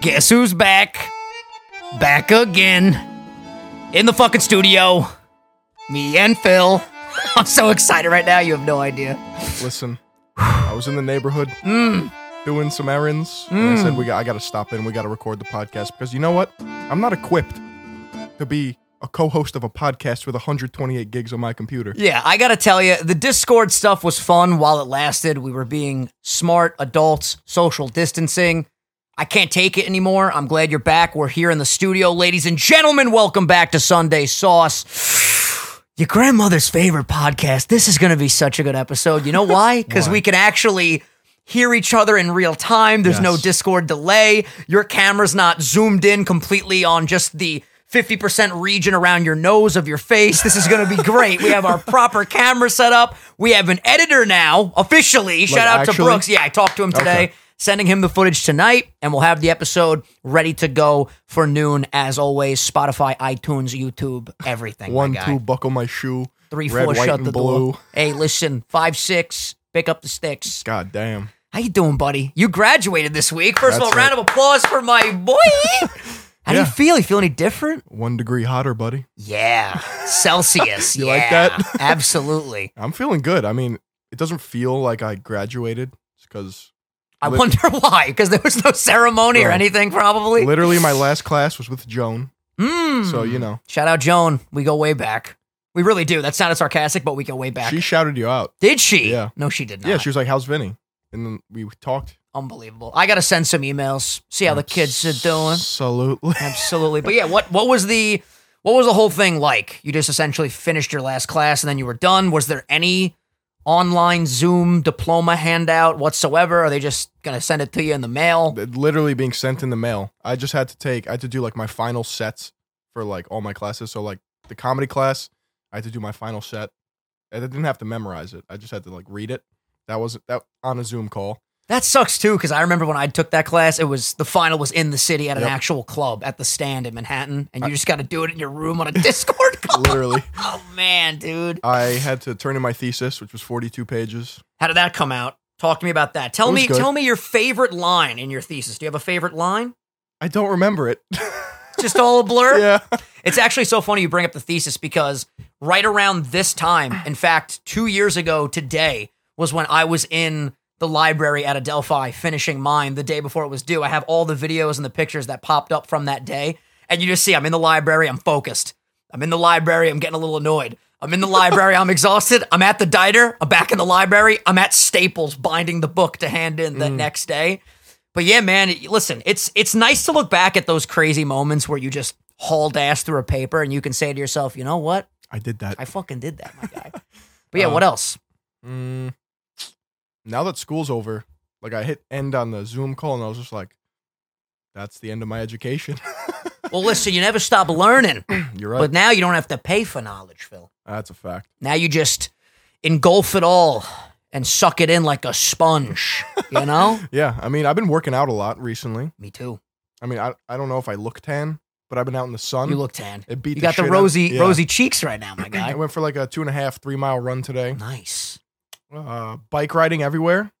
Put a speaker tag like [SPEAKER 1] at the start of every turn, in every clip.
[SPEAKER 1] Guess who's back? Back again. In the fucking studio. Me and Phil. I'm so excited right now, you have no idea.
[SPEAKER 2] Listen, I was in the neighborhood doing some errands, and I said, "We got, I got to stop in. We got to record the podcast because you know what? I'm not equipped to be a co-host of a podcast with 128 gigs on my computer.
[SPEAKER 1] Yeah, I gotta tell you, the Discord stuff was fun while it lasted. We were being smart adults, social distancing. I can't take it anymore. I'm glad you're back. We're here in the studio, ladies and gentlemen. Welcome back to Sunday Sauce. Your grandmother's favorite podcast. This is going to be such a good episode. You know why? Because we can actually hear each other in real time. There's no
[SPEAKER 2] Yes.
[SPEAKER 1] Discord delay. Your camera's not zoomed in completely on just the 50% region around your nose of your face. This is going to be great. we have our proper camera set up. We have an editor now, officially. Shout out to
[SPEAKER 2] actually?
[SPEAKER 1] Brooks. Yeah, I talked to him today. Sending him the footage tonight, and we'll have the episode ready to go for noon. As always, Spotify, iTunes, YouTube, everything. my
[SPEAKER 2] One,
[SPEAKER 1] guy
[SPEAKER 2] two, buckle my shoe.
[SPEAKER 1] three,
[SPEAKER 2] red,
[SPEAKER 1] four,
[SPEAKER 2] white,
[SPEAKER 1] shut
[SPEAKER 2] and
[SPEAKER 1] the
[SPEAKER 2] blue.
[SPEAKER 1] door. Hey, listen, five, six, pick up the sticks.
[SPEAKER 2] God damn.
[SPEAKER 1] How you doing, buddy? You graduated this week. First of
[SPEAKER 2] That's
[SPEAKER 1] all, round of applause for my boy. How do you
[SPEAKER 2] Yeah.
[SPEAKER 1] feel? You feel any different?
[SPEAKER 2] One degree hotter, buddy.
[SPEAKER 1] Yeah, Celsius.
[SPEAKER 2] You
[SPEAKER 1] yeah,
[SPEAKER 2] like that?
[SPEAKER 1] absolutely.
[SPEAKER 2] I'm feeling good. I mean, it doesn't feel like I graduated because
[SPEAKER 1] I
[SPEAKER 2] Lit-
[SPEAKER 1] wonder why, because there was no ceremony or
[SPEAKER 2] Bro.
[SPEAKER 1] anything, probably.
[SPEAKER 2] literally my last class was with Joan.
[SPEAKER 1] Mm.
[SPEAKER 2] So you know,
[SPEAKER 1] Shout out Joan. We go way back. We really do. That sounded sarcastic, but we go way back.
[SPEAKER 2] she shouted you out.
[SPEAKER 1] did she?
[SPEAKER 2] Yeah.
[SPEAKER 1] No, she did not.
[SPEAKER 2] Yeah, she was like, "How's Vinny?" And then we talked.
[SPEAKER 1] Unbelievable. I gotta send some emails. See how the kids are doing.
[SPEAKER 2] Absolutely.
[SPEAKER 1] Absolutely. But yeah, what what was the what was the whole thing like? You just essentially finished your last class and then you were done. Was there any online Zoom diploma handout whatsoever? Are they just gonna send it to you in the mail?
[SPEAKER 2] literally being sent in the mail. I just had to take, I had to do like my final sets for like all my classes. So like the comedy class, I had to do my final set. And I didn't have to memorize it. I just had to like read it. That was that on a Zoom call.
[SPEAKER 1] That sucks too, because I remember when I took that class, it was the final was in the city at an
[SPEAKER 2] Yep. Uh,
[SPEAKER 1] actual club at the stand in Manhattan, and you just gotta do it in your room on a Discord call.
[SPEAKER 2] Literally,
[SPEAKER 1] Oh man, dude.
[SPEAKER 2] I had to turn in my thesis, which was 42 pages.
[SPEAKER 1] How did that come out? Talk to me about that. Tell
[SPEAKER 2] It was
[SPEAKER 1] me
[SPEAKER 2] good.
[SPEAKER 1] tell me your favorite line in your thesis. Do you have a favorite line?
[SPEAKER 2] I don't remember it.
[SPEAKER 1] Just all a blur?
[SPEAKER 2] yeah.
[SPEAKER 1] It's actually so funny you bring up the thesis because right around this time, in fact, two years ago today was when I was in the library at Adelphi finishing mine the day before it was due. I have all the videos and the pictures that popped up from that day. And you just see I'm in the library, I'm focused. I'm in the library, I'm getting a little annoyed. I'm in the library, I'm exhausted. I'm at the diner, I'm back in the library, I'm at Staples binding the book to hand in the next day. But yeah, man, it- listen, it's it's nice to look back at those crazy moments where you just hauled ass through a paper and you can say to yourself, you know what?
[SPEAKER 2] I did that.
[SPEAKER 1] I fucking did that, my guy. But yeah, what
[SPEAKER 2] Uh-huh.
[SPEAKER 1] else?
[SPEAKER 2] Mm, now that school's over, like I hit end on the Zoom call and I was just like, that's the end of my education.
[SPEAKER 1] Well, listen, you never stop learning,
[SPEAKER 2] You're right.
[SPEAKER 1] but now you don't have to pay for knowledge, Phil.
[SPEAKER 2] that's a fact.
[SPEAKER 1] Now you just engulf it all and suck it in like a sponge, you know?
[SPEAKER 2] Yeah. I mean, I've been working out a lot recently.
[SPEAKER 1] Me too.
[SPEAKER 2] I mean, I, I don't know if I look tan, but I've been out in the sun.
[SPEAKER 1] You look tan.
[SPEAKER 2] it beat
[SPEAKER 1] You got the
[SPEAKER 2] shit out-
[SPEAKER 1] rosy
[SPEAKER 2] yeah.
[SPEAKER 1] rosy cheeks right now, my
[SPEAKER 2] I
[SPEAKER 1] guy.
[SPEAKER 2] went for like a two and a half, three mile run today.
[SPEAKER 1] Nice.
[SPEAKER 2] Uh, bike riding everywhere.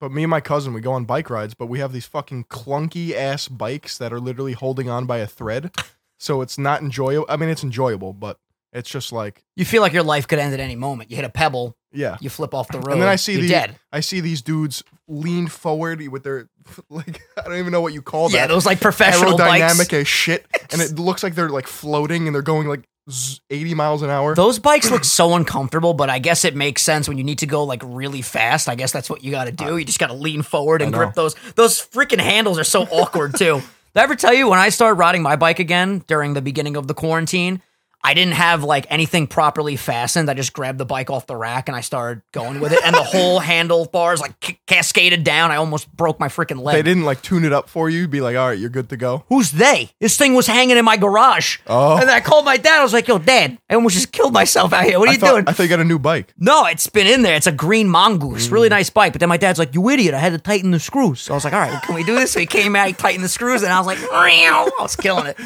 [SPEAKER 2] But me and my cousin, we go on bike rides, but we have these fucking clunky ass bikes that are literally holding on by a thread. So it's not enjoyable. I mean, it's enjoyable, but it's just like,
[SPEAKER 1] You feel like your life could end at any moment. You hit a pebble,
[SPEAKER 2] yeah.
[SPEAKER 1] you flip off the road.
[SPEAKER 2] And then I see
[SPEAKER 1] you're
[SPEAKER 2] the
[SPEAKER 1] dead.
[SPEAKER 2] I see these dudes lean forward with their like I don't even know what you call
[SPEAKER 1] Yeah,
[SPEAKER 2] that.
[SPEAKER 1] those like professional bikes.
[SPEAKER 2] aerodynamic as shit, and it looks like they're like floating and they're going like z- 80 miles an hour.
[SPEAKER 1] Those bikes look so uncomfortable, but I guess it makes sense when you need to go like really fast. I guess that's what you got to do. You just got to lean forward and
[SPEAKER 2] I
[SPEAKER 1] grip
[SPEAKER 2] know.
[SPEAKER 1] those. Those freaking handles are so awkward too. Did I ever tell you when I started riding my bike again during the beginning of the quarantine? I didn't have like anything properly fastened. I just grabbed the bike off the rack and I started going with it, and the whole handlebars like c- cascaded down. I almost broke my freaking leg.
[SPEAKER 2] they didn't like tune it up for you. Be like, all right, you're good to go.
[SPEAKER 1] Who's they? This thing was hanging in my garage.
[SPEAKER 2] Oh.
[SPEAKER 1] And I called my dad. I was like, yo, dad, I almost just killed myself out here. What are
[SPEAKER 2] I
[SPEAKER 1] you
[SPEAKER 2] thought,
[SPEAKER 1] doing?
[SPEAKER 2] I thought you got a new bike.
[SPEAKER 1] No, it's been in there. It's a green mongoose. Really
[SPEAKER 2] Mm.
[SPEAKER 1] nice bike. But then my dad's like, You idiot. I had to tighten the screws. So I was like, All right, can we do this? So he came out, he tightened the screws, and I was like, Meow. I was killing it.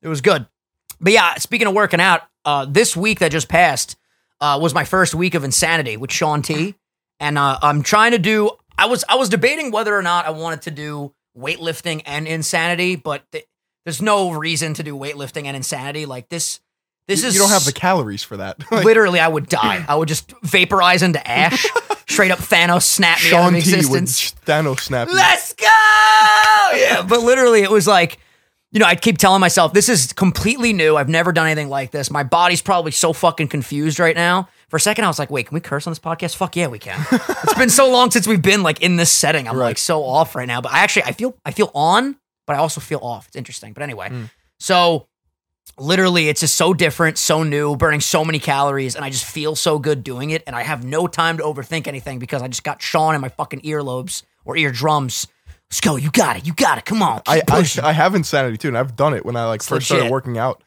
[SPEAKER 1] It was good. But yeah, speaking of working out, uh, this week that just passed uh, was my first week of insanity with Sean T. And uh, I'm trying to do, I was, I was debating whether or not I wanted to do weightlifting and insanity, but th- there's no reason to do weightlifting and insanity. Like this, this
[SPEAKER 2] you,
[SPEAKER 1] is
[SPEAKER 2] you don't have the calories for that. Like,
[SPEAKER 1] literally, I would die. I would just vaporize into ash. Straight up, Thanos snap me out of
[SPEAKER 2] Sean T would
[SPEAKER 1] existence.
[SPEAKER 2] Thanos snap. you.
[SPEAKER 1] Let's go! Yeah, but literally, it was like, you know, I keep telling myself, this is completely new. I've never done anything like this. My body's probably so fucking confused right now. For a second, I was like, wait, can we curse on this podcast? Fuck yeah, we can. it's been so long since we've been like in this setting. I'm like
[SPEAKER 2] Right.
[SPEAKER 1] so off right now. But I actually, I feel, I feel on, but I also feel off. It's interesting. But anyway,
[SPEAKER 2] Hmm.
[SPEAKER 1] so literally it's just so different so new burning so many calories and i just feel so good doing it and i have no time to overthink anything because i just got sean in my fucking earlobes or eardrums let's go you got it you got it come on
[SPEAKER 2] I,
[SPEAKER 1] keep
[SPEAKER 2] I
[SPEAKER 1] pushing.
[SPEAKER 2] I have insanity too, and I've done it when I like
[SPEAKER 1] It's
[SPEAKER 2] first started
[SPEAKER 1] legit.
[SPEAKER 2] working out.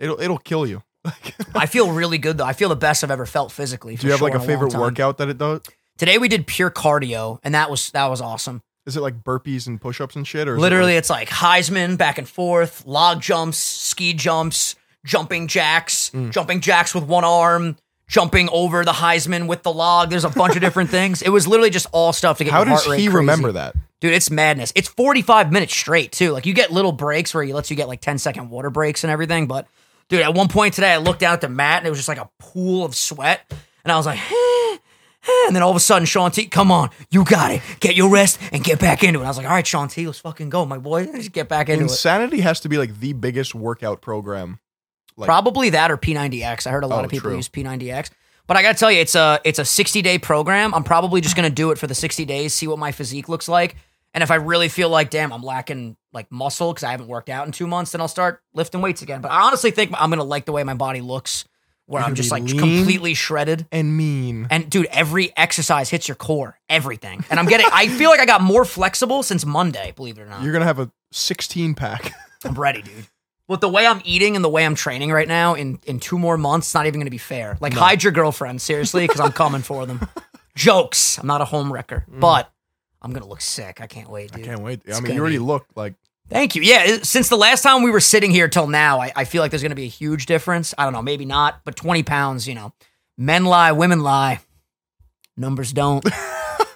[SPEAKER 2] It'll it'll kill you. Like,
[SPEAKER 1] I feel really good though i feel the best i've ever felt physically
[SPEAKER 2] do you have like a favorite
[SPEAKER 1] workout?
[SPEAKER 2] workout that it does?
[SPEAKER 1] today we did pure cardio and that was that was awesome
[SPEAKER 2] Is it like burpees and push ups and shit, or is it, like-
[SPEAKER 1] literally it's like heisman back and forth log jumps ski jumps jumping jacks
[SPEAKER 2] Mm.
[SPEAKER 1] jumping jacks with one arm jumping over the heisman with the log there's a bunch of different things it was literally just all stuff to get
[SPEAKER 2] how
[SPEAKER 1] your
[SPEAKER 2] does
[SPEAKER 1] heart rate
[SPEAKER 2] he
[SPEAKER 1] crazy.
[SPEAKER 2] remember that?
[SPEAKER 1] dude it's madness it's 45 minutes straight too like you get little breaks where he lets you get like 10 second water breaks and everything but dude at one point today i looked down at the mat and it was just like a pool of sweat and i was like and then all of a sudden sean t come on you got it get your rest and get back into it i was like all right sean t let's fucking go my boy just get back into it
[SPEAKER 2] Insanity has to be like the biggest workout program. like-
[SPEAKER 1] probably that or p90x i heard a lot
[SPEAKER 2] Oh,
[SPEAKER 1] of people
[SPEAKER 2] true.
[SPEAKER 1] use p90x but i gotta tell you it's a it's a 60 day program i'm probably just gonna do it for the 60 days see what my physique looks like and if i really feel like damn i'm lacking like muscle because i haven't worked out in two months then i'll start lifting weights again but i honestly think i'm gonna like the way my body looks where
[SPEAKER 2] You're
[SPEAKER 1] i'm
[SPEAKER 2] gonna
[SPEAKER 1] just
[SPEAKER 2] be
[SPEAKER 1] like
[SPEAKER 2] lean.
[SPEAKER 1] completely shredded
[SPEAKER 2] And mean.
[SPEAKER 1] and dude, every exercise hits your core, everything. And I'm getting, I feel like I got more flexible since Monday, believe it or not.
[SPEAKER 2] You're gonna have a 16 pack.
[SPEAKER 1] I'm ready, dude. With the way I'm eating and the way I'm training right now, in in two more months, it's not even going to be fair. Like, hide your girlfriend, seriously, because I'm coming for them. Jokes. I'm not a home wrecker, but I'm going to look sick. I can't wait, dude.
[SPEAKER 2] Can't wait. I
[SPEAKER 1] gonna
[SPEAKER 2] mean, you already
[SPEAKER 1] be-
[SPEAKER 2] look like
[SPEAKER 1] Thank you. Yeah, it- since the last time we were sitting here till now, I, I feel like there's going to be a huge difference. I don't know, maybe not, but 20 pounds, you know. Men lie, women lie. Numbers don't.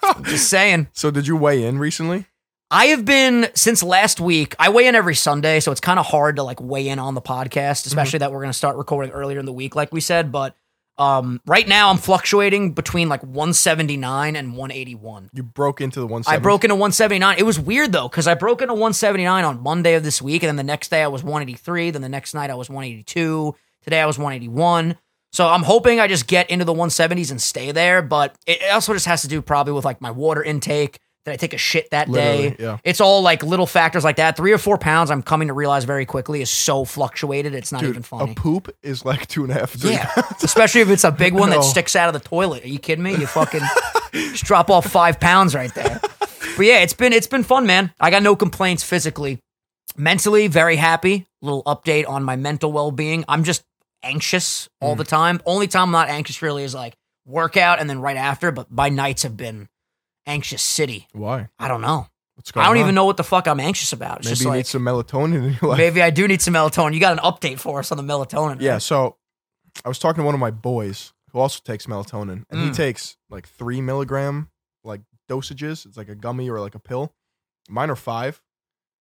[SPEAKER 1] I'm just saying.
[SPEAKER 2] So did you weigh in recently?
[SPEAKER 1] I have been since last week. I weigh in every Sunday, so it's kind of hard to like weigh in on the podcast, especially that we're going to start recording earlier in the week like we said, but um right now I'm fluctuating between like 179 and 181.
[SPEAKER 2] You broke into the one.
[SPEAKER 1] I broke into 179. It was weird though cuz I broke into 179 on Monday of this week and then the next day I was 183, then the next night I was 182, today I was 181. So I'm hoping I just get into the 170s and stay there, but it it also just has to do probably with like my water intake. Did I take a shit that day?
[SPEAKER 2] Literally, yeah.
[SPEAKER 1] It's all like little factors like that. 3 or 4 pounds I'm coming to realize very quickly is so fluctuated. It's not even
[SPEAKER 2] Dude, a
[SPEAKER 1] funny.
[SPEAKER 2] poop is like two and a half. Three.
[SPEAKER 1] Yeah, especially if it's a big one that
[SPEAKER 2] No.
[SPEAKER 1] sticks out of the toilet. Are you kidding me? You fucking just drop off five pounds right there. But yeah, it's been it's been fun, man. I got no complaints physically, mentally very happy. Little update on my mental well being. I'm just anxious all the time. Only time I'm not anxious really is like workout and then right after. But my nights have been anxious city.
[SPEAKER 2] Why?
[SPEAKER 1] I don't know.
[SPEAKER 2] What's going
[SPEAKER 1] I don't
[SPEAKER 2] on?
[SPEAKER 1] even know what the fuck I'm anxious about. It's
[SPEAKER 2] Maybe
[SPEAKER 1] just
[SPEAKER 2] you
[SPEAKER 1] like
[SPEAKER 2] need some melatonin in your life.
[SPEAKER 1] maybe I do need some melatonin. You got an update for us on the melatonin?
[SPEAKER 2] Yeah.
[SPEAKER 1] right?
[SPEAKER 2] So I was talking to one of my boys who also takes melatonin, and he
[SPEAKER 1] Mm.
[SPEAKER 2] takes like three milligram like dosages. It's like a gummy or like a pill. Mine are five.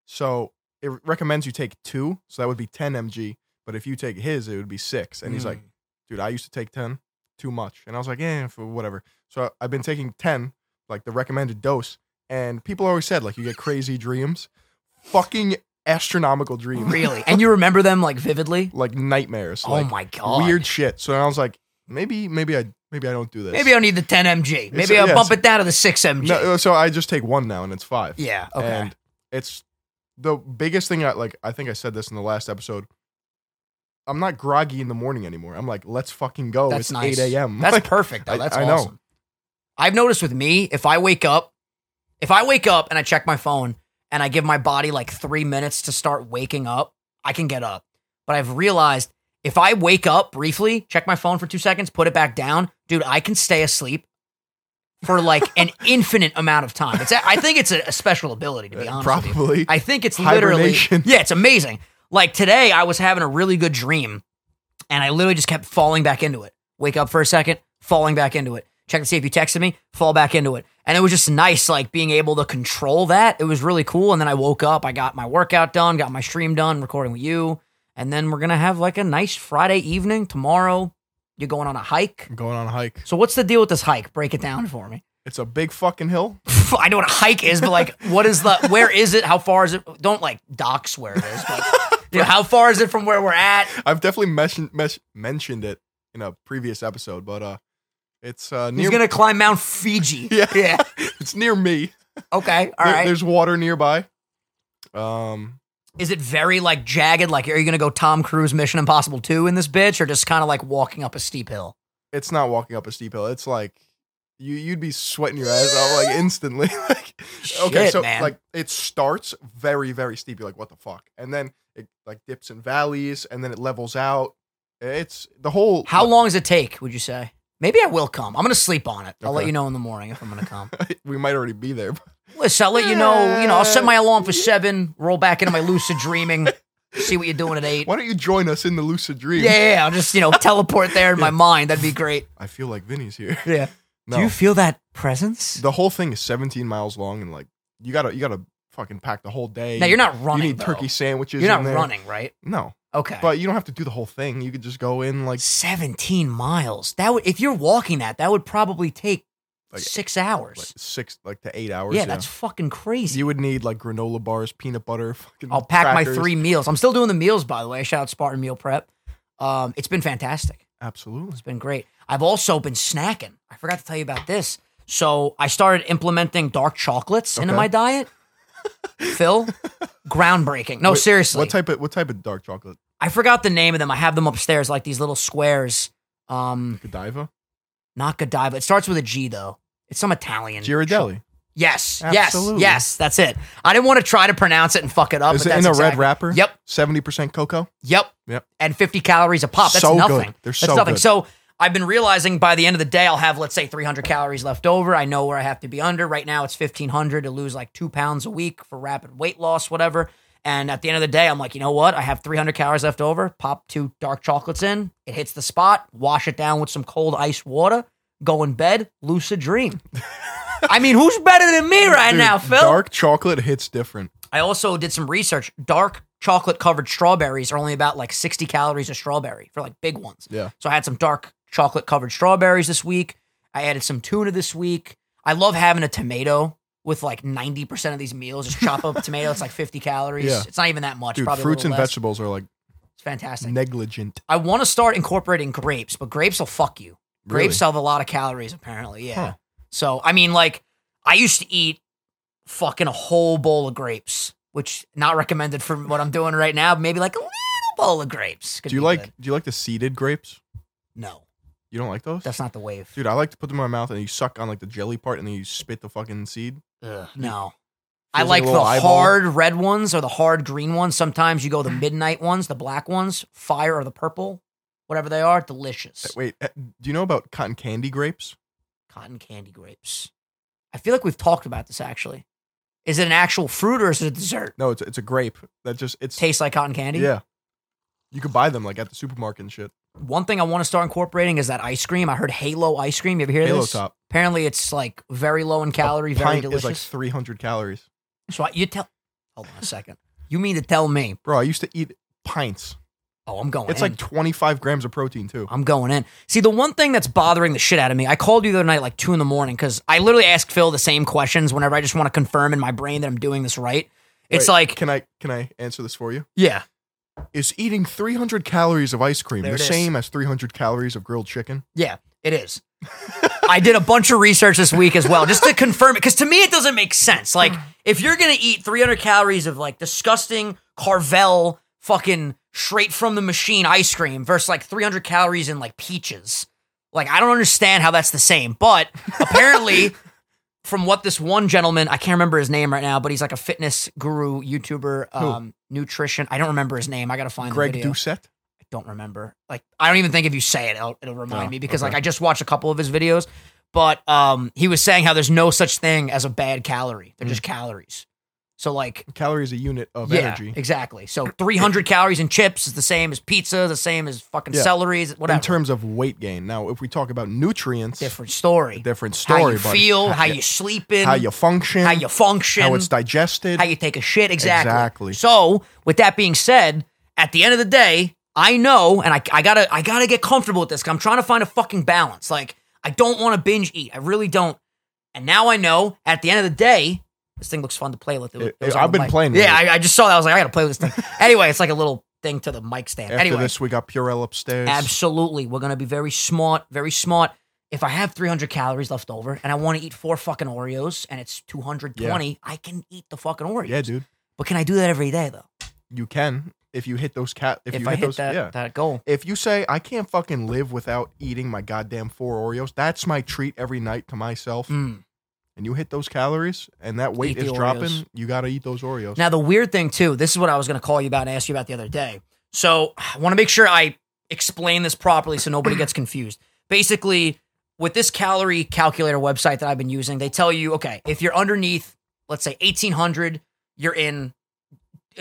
[SPEAKER 2] So it recommends you take two. So that would be 10 mg. But if you take his, it would be six. And he's like,
[SPEAKER 1] Mm.
[SPEAKER 2] dude, I used to take 10, too much. And I was like, yeah, for whatever. So I've been taking 10, like the recommended dose. And people always said, like, you get crazy dreams. Fucking astronomical dreams.
[SPEAKER 1] really, and you remember them like vividly.
[SPEAKER 2] Like nightmares.
[SPEAKER 1] oh
[SPEAKER 2] like,
[SPEAKER 1] my god!
[SPEAKER 2] weird shit. So I was like, maybe, maybe I, maybe I don't do this.
[SPEAKER 1] Maybe I'll need the 10 mg. Maybe
[SPEAKER 2] It's-
[SPEAKER 1] I'll
[SPEAKER 2] yeah,
[SPEAKER 1] bump it down to the 6 mg.
[SPEAKER 2] no, uh, so I just take one now, and it's five.
[SPEAKER 1] yeah. Okay.
[SPEAKER 2] And it's the biggest thing. I like. I think I said this in the last episode. I'm not groggy in the morning anymore. I'm like, let's fucking go.
[SPEAKER 1] That's
[SPEAKER 2] oh,
[SPEAKER 1] nice.
[SPEAKER 2] it's 8 a.m.
[SPEAKER 1] That's
[SPEAKER 2] Like,
[SPEAKER 1] perfect. Though.
[SPEAKER 2] I-
[SPEAKER 1] That's
[SPEAKER 2] I know.
[SPEAKER 1] awesome. I've noticed with me, if I wake up, if I wake up and I check my phone and I give my body like three minutes to start waking up, I can get up. But I've realized if I wake up briefly, check my phone for two seconds, put it back down, dude, I can stay asleep for like an infinite amount of time. It's a, I think it's a, a special ability to be honest. with you.
[SPEAKER 2] Uh, probably.
[SPEAKER 1] I think it's literally
[SPEAKER 2] Hibernation.
[SPEAKER 1] yeah, it's amazing. Like today, I was having a really good dream, and I literally just kept falling back into it. Wake up for a second, falling back into it. Check to see if you texted me, fall back into it. And it was just nice, like being able to control that. It was really cool. And then I woke up, I got my workout done, got my stream done, recording with you. And then we're going to have like a nice Friday evening tomorrow. You're going on a hike.
[SPEAKER 2] I'm going on a hike.
[SPEAKER 1] So, what's the deal with this hike? Break it down for me.
[SPEAKER 2] It's a big fucking hill.
[SPEAKER 1] I know what a hike is, but like, what is the, where is it? How far is it? Don't like docs where it is, but you know, how far is it from where we're at?
[SPEAKER 2] I've definitely mentioned mesh- mentioned it in a previous episode, but uh, it's uh
[SPEAKER 1] He's
[SPEAKER 2] near.
[SPEAKER 1] going to climb Mount Fiji.
[SPEAKER 2] Yeah.
[SPEAKER 1] Yeah.
[SPEAKER 2] it's near me.
[SPEAKER 1] Okay. All
[SPEAKER 2] There-
[SPEAKER 1] right.
[SPEAKER 2] There's water nearby. Um,
[SPEAKER 1] Is it very like jagged? Like, are you gonna go Tom Cruise Mission Impossible 2 in this bitch, or just kind of like walking up a steep hill?
[SPEAKER 2] it's not walking up a steep hill. It's like you you'd be sweating your ass out like instantly. like okay,
[SPEAKER 1] Shit,
[SPEAKER 2] so
[SPEAKER 1] man.
[SPEAKER 2] like it starts very very steep. You're like, what the fuck? And then it like dips in valleys, and then it levels out. It's the whole
[SPEAKER 1] How long does it take, would you say? Maybe I will come. I'm gonna sleep on it. I'll let
[SPEAKER 2] Okay.
[SPEAKER 1] you know in the morning if I'm gonna come.
[SPEAKER 2] we might already be there. but
[SPEAKER 1] Listen, I'll let you know, you know, I'll set my alarm for seven, roll back into my lucid dreaming, see what you're doing at eight.
[SPEAKER 2] Why don't you join us in the lucid dream?
[SPEAKER 1] Yeah, yeah, yeah, I'll just, you know, teleport there in my mind. That'd be great.
[SPEAKER 2] I feel like Vinny's here.
[SPEAKER 1] Yeah.
[SPEAKER 2] No,
[SPEAKER 1] Do you feel that presence?
[SPEAKER 2] the whole thing is 17 miles long, and like you gotta you gotta fucking pack the whole day.
[SPEAKER 1] now you're not running.
[SPEAKER 2] You need
[SPEAKER 1] though.
[SPEAKER 2] turkey sandwiches.
[SPEAKER 1] You're
[SPEAKER 2] in
[SPEAKER 1] not
[SPEAKER 2] there.
[SPEAKER 1] running, right?
[SPEAKER 2] No,
[SPEAKER 1] Okay.
[SPEAKER 2] but you don't have to do the whole thing. You could just go in like
[SPEAKER 1] 17 miles. That would if you're walking that, that would probably take
[SPEAKER 2] Like-
[SPEAKER 1] six hours.
[SPEAKER 2] like six like to eight hours.
[SPEAKER 1] yeah, that's fucking crazy.
[SPEAKER 2] you would need like granola bars, peanut butter, fucking.
[SPEAKER 1] I'll pack
[SPEAKER 2] crackers.
[SPEAKER 1] my three meals. I'm still doing the meals, by the way. Shout out Spartan Meal Prep. Um, it's been fantastic.
[SPEAKER 2] Absolutely.
[SPEAKER 1] It's been great. I've also been snacking. I forgot to tell you about this. So I started implementing dark chocolates into
[SPEAKER 2] Okay.
[SPEAKER 1] my diet. Phil, groundbreaking. No, Oh, seriously.
[SPEAKER 2] What type of what type of dark chocolate?
[SPEAKER 1] I forgot the name of them. I have them upstairs, like these little squares. Um,
[SPEAKER 2] Godiva,
[SPEAKER 1] not Godiva. It starts with a G though. It's some Italian.
[SPEAKER 2] Ghirardelli.
[SPEAKER 1] Yes,
[SPEAKER 2] Absolutely.
[SPEAKER 1] yes, yes. That's it. I didn't want to try to pronounce it and fuck it up.
[SPEAKER 2] Is
[SPEAKER 1] but
[SPEAKER 2] it in
[SPEAKER 1] that's
[SPEAKER 2] a red
[SPEAKER 1] exactly-
[SPEAKER 2] wrapper?
[SPEAKER 1] Yep,
[SPEAKER 2] Seventy percent cocoa.
[SPEAKER 1] yep,
[SPEAKER 2] Yep.
[SPEAKER 1] And fifty calories a pop. That's
[SPEAKER 2] So
[SPEAKER 1] nothing.
[SPEAKER 2] good. They're
[SPEAKER 1] That's
[SPEAKER 2] so
[SPEAKER 1] nothing.
[SPEAKER 2] good.
[SPEAKER 1] So I've been realizing by the end of the day, I'll have let's say three hundred calories left over. I know where I have to be under. Right now, it's fifteen hundred to lose like two pounds a week for rapid weight loss, whatever. And at the end of the day, I'm like, you know what? I have 300 calories left over. Pop two dark chocolates in. It hits the spot. Wash it down with some cold ice water. Go in bed. Lucid dream. I mean, who's better than me right
[SPEAKER 2] Dude,
[SPEAKER 1] now, Phil?
[SPEAKER 2] Dark chocolate hits different.
[SPEAKER 1] I also did some research. Dark chocolate covered strawberries are only about like 60 calories a strawberry for like big ones.
[SPEAKER 2] Yeah.
[SPEAKER 1] So I had some dark chocolate covered strawberries this week. I added some tuna this week. I love having a tomato with like 90% of these meals. Just chop up a tomato. It's like 50 calories.
[SPEAKER 2] Yeah.
[SPEAKER 1] It's not even that much.
[SPEAKER 2] Dude,
[SPEAKER 1] probably a
[SPEAKER 2] fruits
[SPEAKER 1] little
[SPEAKER 2] and
[SPEAKER 1] less.
[SPEAKER 2] vegetables are like
[SPEAKER 1] It's fantastic.
[SPEAKER 2] negligent.
[SPEAKER 1] I want to start incorporating grapes, but grapes will fuck you.
[SPEAKER 2] Really?
[SPEAKER 1] Grapes have a lot of calories, apparently. Yeah.
[SPEAKER 2] Huh.
[SPEAKER 1] So, I mean, like, I used to eat fucking a whole bowl of grapes, which not recommended for what I'm doing right now. Maybe like a little bowl of grapes. could
[SPEAKER 2] Do you
[SPEAKER 1] be
[SPEAKER 2] like
[SPEAKER 1] good.
[SPEAKER 2] do you like the seeded grapes?
[SPEAKER 1] No,
[SPEAKER 2] You don't like those?
[SPEAKER 1] that's not the wave.
[SPEAKER 2] Dude, I like to put them in my mouth and you suck on like the jelly part and then you spit the fucking seed.
[SPEAKER 1] Ugh, no. I
[SPEAKER 2] Feels like
[SPEAKER 1] like
[SPEAKER 2] a
[SPEAKER 1] the
[SPEAKER 2] little eyeball.
[SPEAKER 1] hard red ones or the hard green ones. Sometimes you go the midnight ones, the black ones, fire or the purple, whatever they are, delicious.
[SPEAKER 2] Wait, eh, do you know about cotton candy grapes?
[SPEAKER 1] cotton candy grapes. I feel like we've talked about this actually. Is it an actual fruit or is it a dessert?
[SPEAKER 2] No, it's it's a grape that just it's
[SPEAKER 1] Tastes like cotton candy.
[SPEAKER 2] yeah. You could buy them like at the supermarket and shit.
[SPEAKER 1] One thing I want to start incorporating is that ice cream. I heard Halo ice cream. You ever hear
[SPEAKER 2] Halo
[SPEAKER 1] this?
[SPEAKER 2] Top.
[SPEAKER 1] Apparently, it's like very low in calorie, very
[SPEAKER 2] Pint is like
[SPEAKER 1] delicious.
[SPEAKER 2] 300 calories.
[SPEAKER 1] so I, you tell. Hold on a second. You mean to tell me?
[SPEAKER 2] Bro, I used to eat pints.
[SPEAKER 1] Oh, I'm going.
[SPEAKER 2] It's
[SPEAKER 1] in.
[SPEAKER 2] like 25 grams of protein too.
[SPEAKER 1] I'm going in. See, the one thing that's bothering the shit out of me, I called you the other night, like two in the morning, because I literally ask Phil the same questions whenever I just want to confirm in my brain that I'm doing this right. It's
[SPEAKER 2] Wait,
[SPEAKER 1] like,
[SPEAKER 2] Can I can I answer this for you?
[SPEAKER 1] yeah,
[SPEAKER 2] Is eating 300 calories of ice cream
[SPEAKER 1] There
[SPEAKER 2] the
[SPEAKER 1] it is.
[SPEAKER 2] same as 300 calories of grilled chicken?
[SPEAKER 1] Yeah, it is. I did a bunch of research this week as well, just to confirm it, because to me it doesn't make sense. Like, if you're gonna eat 300 calories of like disgusting Carvel fucking straight from the machine ice cream versus like 300 calories in like peaches, like I don't understand how that's the same. But apparently, from what this one gentleman, I can't remember his name right now, but he's like a fitness guru, YouTuber, um, nutrition. I don't remember his name. I gotta find
[SPEAKER 2] Greg
[SPEAKER 1] the video
[SPEAKER 2] Doucette?
[SPEAKER 1] don't remember. Like I don't even think if you say it, it'll, it'll remind
[SPEAKER 2] No,
[SPEAKER 1] me because
[SPEAKER 2] Oh, okay.
[SPEAKER 1] like I just watched a couple of his videos.
[SPEAKER 2] Hmm.
[SPEAKER 1] But um, he was saying how there's no such thing as a bad calorie. They're just calories. So like
[SPEAKER 2] Calorie is a unit of
[SPEAKER 1] yeah,
[SPEAKER 2] energy.
[SPEAKER 1] exactly. So 300 calories in chips is the same as pizza, the same as fucking
[SPEAKER 2] Yeah.
[SPEAKER 1] celery, is- whatever.
[SPEAKER 2] In terms of weight gain. Now, if we talk about nutrients,
[SPEAKER 1] different story.
[SPEAKER 2] different story.
[SPEAKER 1] how you
[SPEAKER 2] buddy.
[SPEAKER 1] feel, how
[SPEAKER 2] yeah.
[SPEAKER 1] you sleeping,
[SPEAKER 2] how you function,
[SPEAKER 1] how you function,
[SPEAKER 2] how it's digested.
[SPEAKER 1] how you take a shit. Exactly.
[SPEAKER 2] Exactly.
[SPEAKER 1] So, with that being said, at the end of the day, I know, and I, I gotta, I gotta get comfortable with this. 'cause I'm trying to find a fucking balance. Like, I don't want to binge eat. I really don't. And now I know. At the end of the day, this thing looks fun to play with. It was-
[SPEAKER 2] It-
[SPEAKER 1] it was
[SPEAKER 2] I've
[SPEAKER 1] on the
[SPEAKER 2] been
[SPEAKER 1] mic.
[SPEAKER 2] playing with
[SPEAKER 1] Yeah, I, I just saw that. I was like, I gotta play with this thing. anyway, it's like a little thing to the mic stand.
[SPEAKER 2] After
[SPEAKER 1] anyway,
[SPEAKER 2] this, we got Purell upstairs.
[SPEAKER 1] Absolutely. We're going to be very smart, very smart. If I have 300 calories left over and I want to eat four fucking Oreos and it's 220, I can eat the fucking Oreos.
[SPEAKER 2] yeah, dude.
[SPEAKER 1] But can I do that every day though?
[SPEAKER 2] You can if you hit those cat. If,
[SPEAKER 1] If,
[SPEAKER 2] you
[SPEAKER 1] I
[SPEAKER 2] hit,
[SPEAKER 1] hit
[SPEAKER 2] those,
[SPEAKER 1] that
[SPEAKER 2] yeah.
[SPEAKER 1] that goal.
[SPEAKER 2] if you say I can't fucking live without eating my goddamn four Oreos, that's my treat every night to myself.
[SPEAKER 1] Mm.
[SPEAKER 2] And you hit those calories, and that weight
[SPEAKER 1] Eat the
[SPEAKER 2] is
[SPEAKER 1] Oreos.
[SPEAKER 2] dropping. You gotta eat those Oreos.
[SPEAKER 1] Now the weird thing too, this is what I was going to call you about and ask you about the other day. So, I want to make sure I explain this properly so nobody gets confused. Basically, with this calorie calculator website that I've been using, they tell you, okay, if you're underneath, let's say 1800, you're in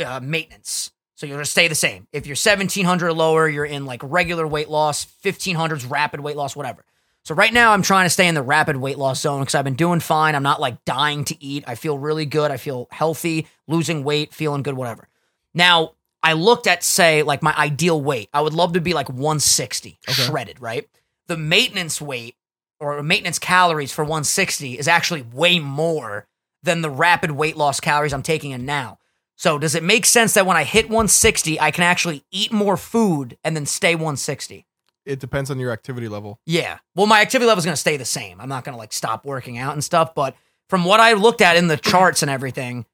[SPEAKER 1] uh, maintenance. So you're going to stay the same. If you're 1700 or lower, you're in like regular weight loss, 1500s rapid weight loss, whatever. So right now I'm trying to stay in the rapid weight loss zone because I've been doing fine. I'm not like dying to eat. I feel really good. I feel healthy, losing weight, feeling good, whatever. Now I looked at say like my ideal weight. I would love to be like 160 shredded, right? The maintenance weight or maintenance calories for 160 is actually way more than the rapid weight loss calories I'm taking in now. So does it make sense that when I hit 160, I can actually eat more food and then stay 160?
[SPEAKER 2] It depends on your activity level.
[SPEAKER 1] Yeah. Well, my activity level is going to stay the same. I'm not going to like stop working out and stuff, but from what I looked at in the charts and everything,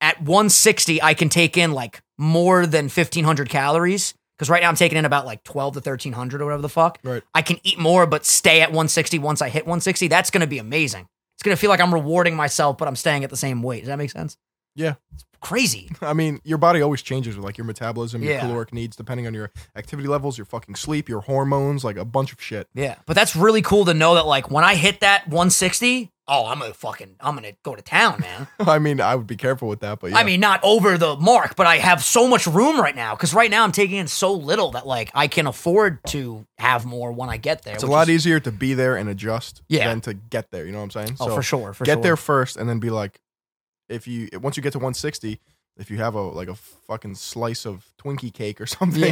[SPEAKER 1] at 160 I can take in like more than 1500 calories cuz right now I'm taking in about like 12 to 1300 or whatever the fuck.
[SPEAKER 2] Right.
[SPEAKER 1] I can eat more but stay at 160 once I hit 160. That's going to be amazing. It's going to feel like I'm rewarding myself but I'm staying at the same weight. Does that make sense?
[SPEAKER 2] Yeah.
[SPEAKER 1] It's crazy.
[SPEAKER 2] I mean, your body always changes with like your metabolism, your
[SPEAKER 1] Yeah.
[SPEAKER 2] caloric needs, depending on your activity levels, your fucking sleep, your hormones, like a bunch of shit.
[SPEAKER 1] Yeah. But that's really cool to know that like when I hit that 160, oh, I'm gonna fucking I'm gonna go to town, man.
[SPEAKER 2] I mean, I would be careful with that, but yeah.
[SPEAKER 1] I mean, not over the mark, but I have so much room right now because right now I'm taking in so little that like I can afford to have more when I get there.
[SPEAKER 2] it's a lot easier to be there and adjust
[SPEAKER 1] Yeah.
[SPEAKER 2] than to get there. You know what I'm saying?
[SPEAKER 1] Oh, for sure. For
[SPEAKER 2] get
[SPEAKER 1] sure.
[SPEAKER 2] there first and then be like if you once you get to 160 if you have a like a fucking slice of twinkie cake or something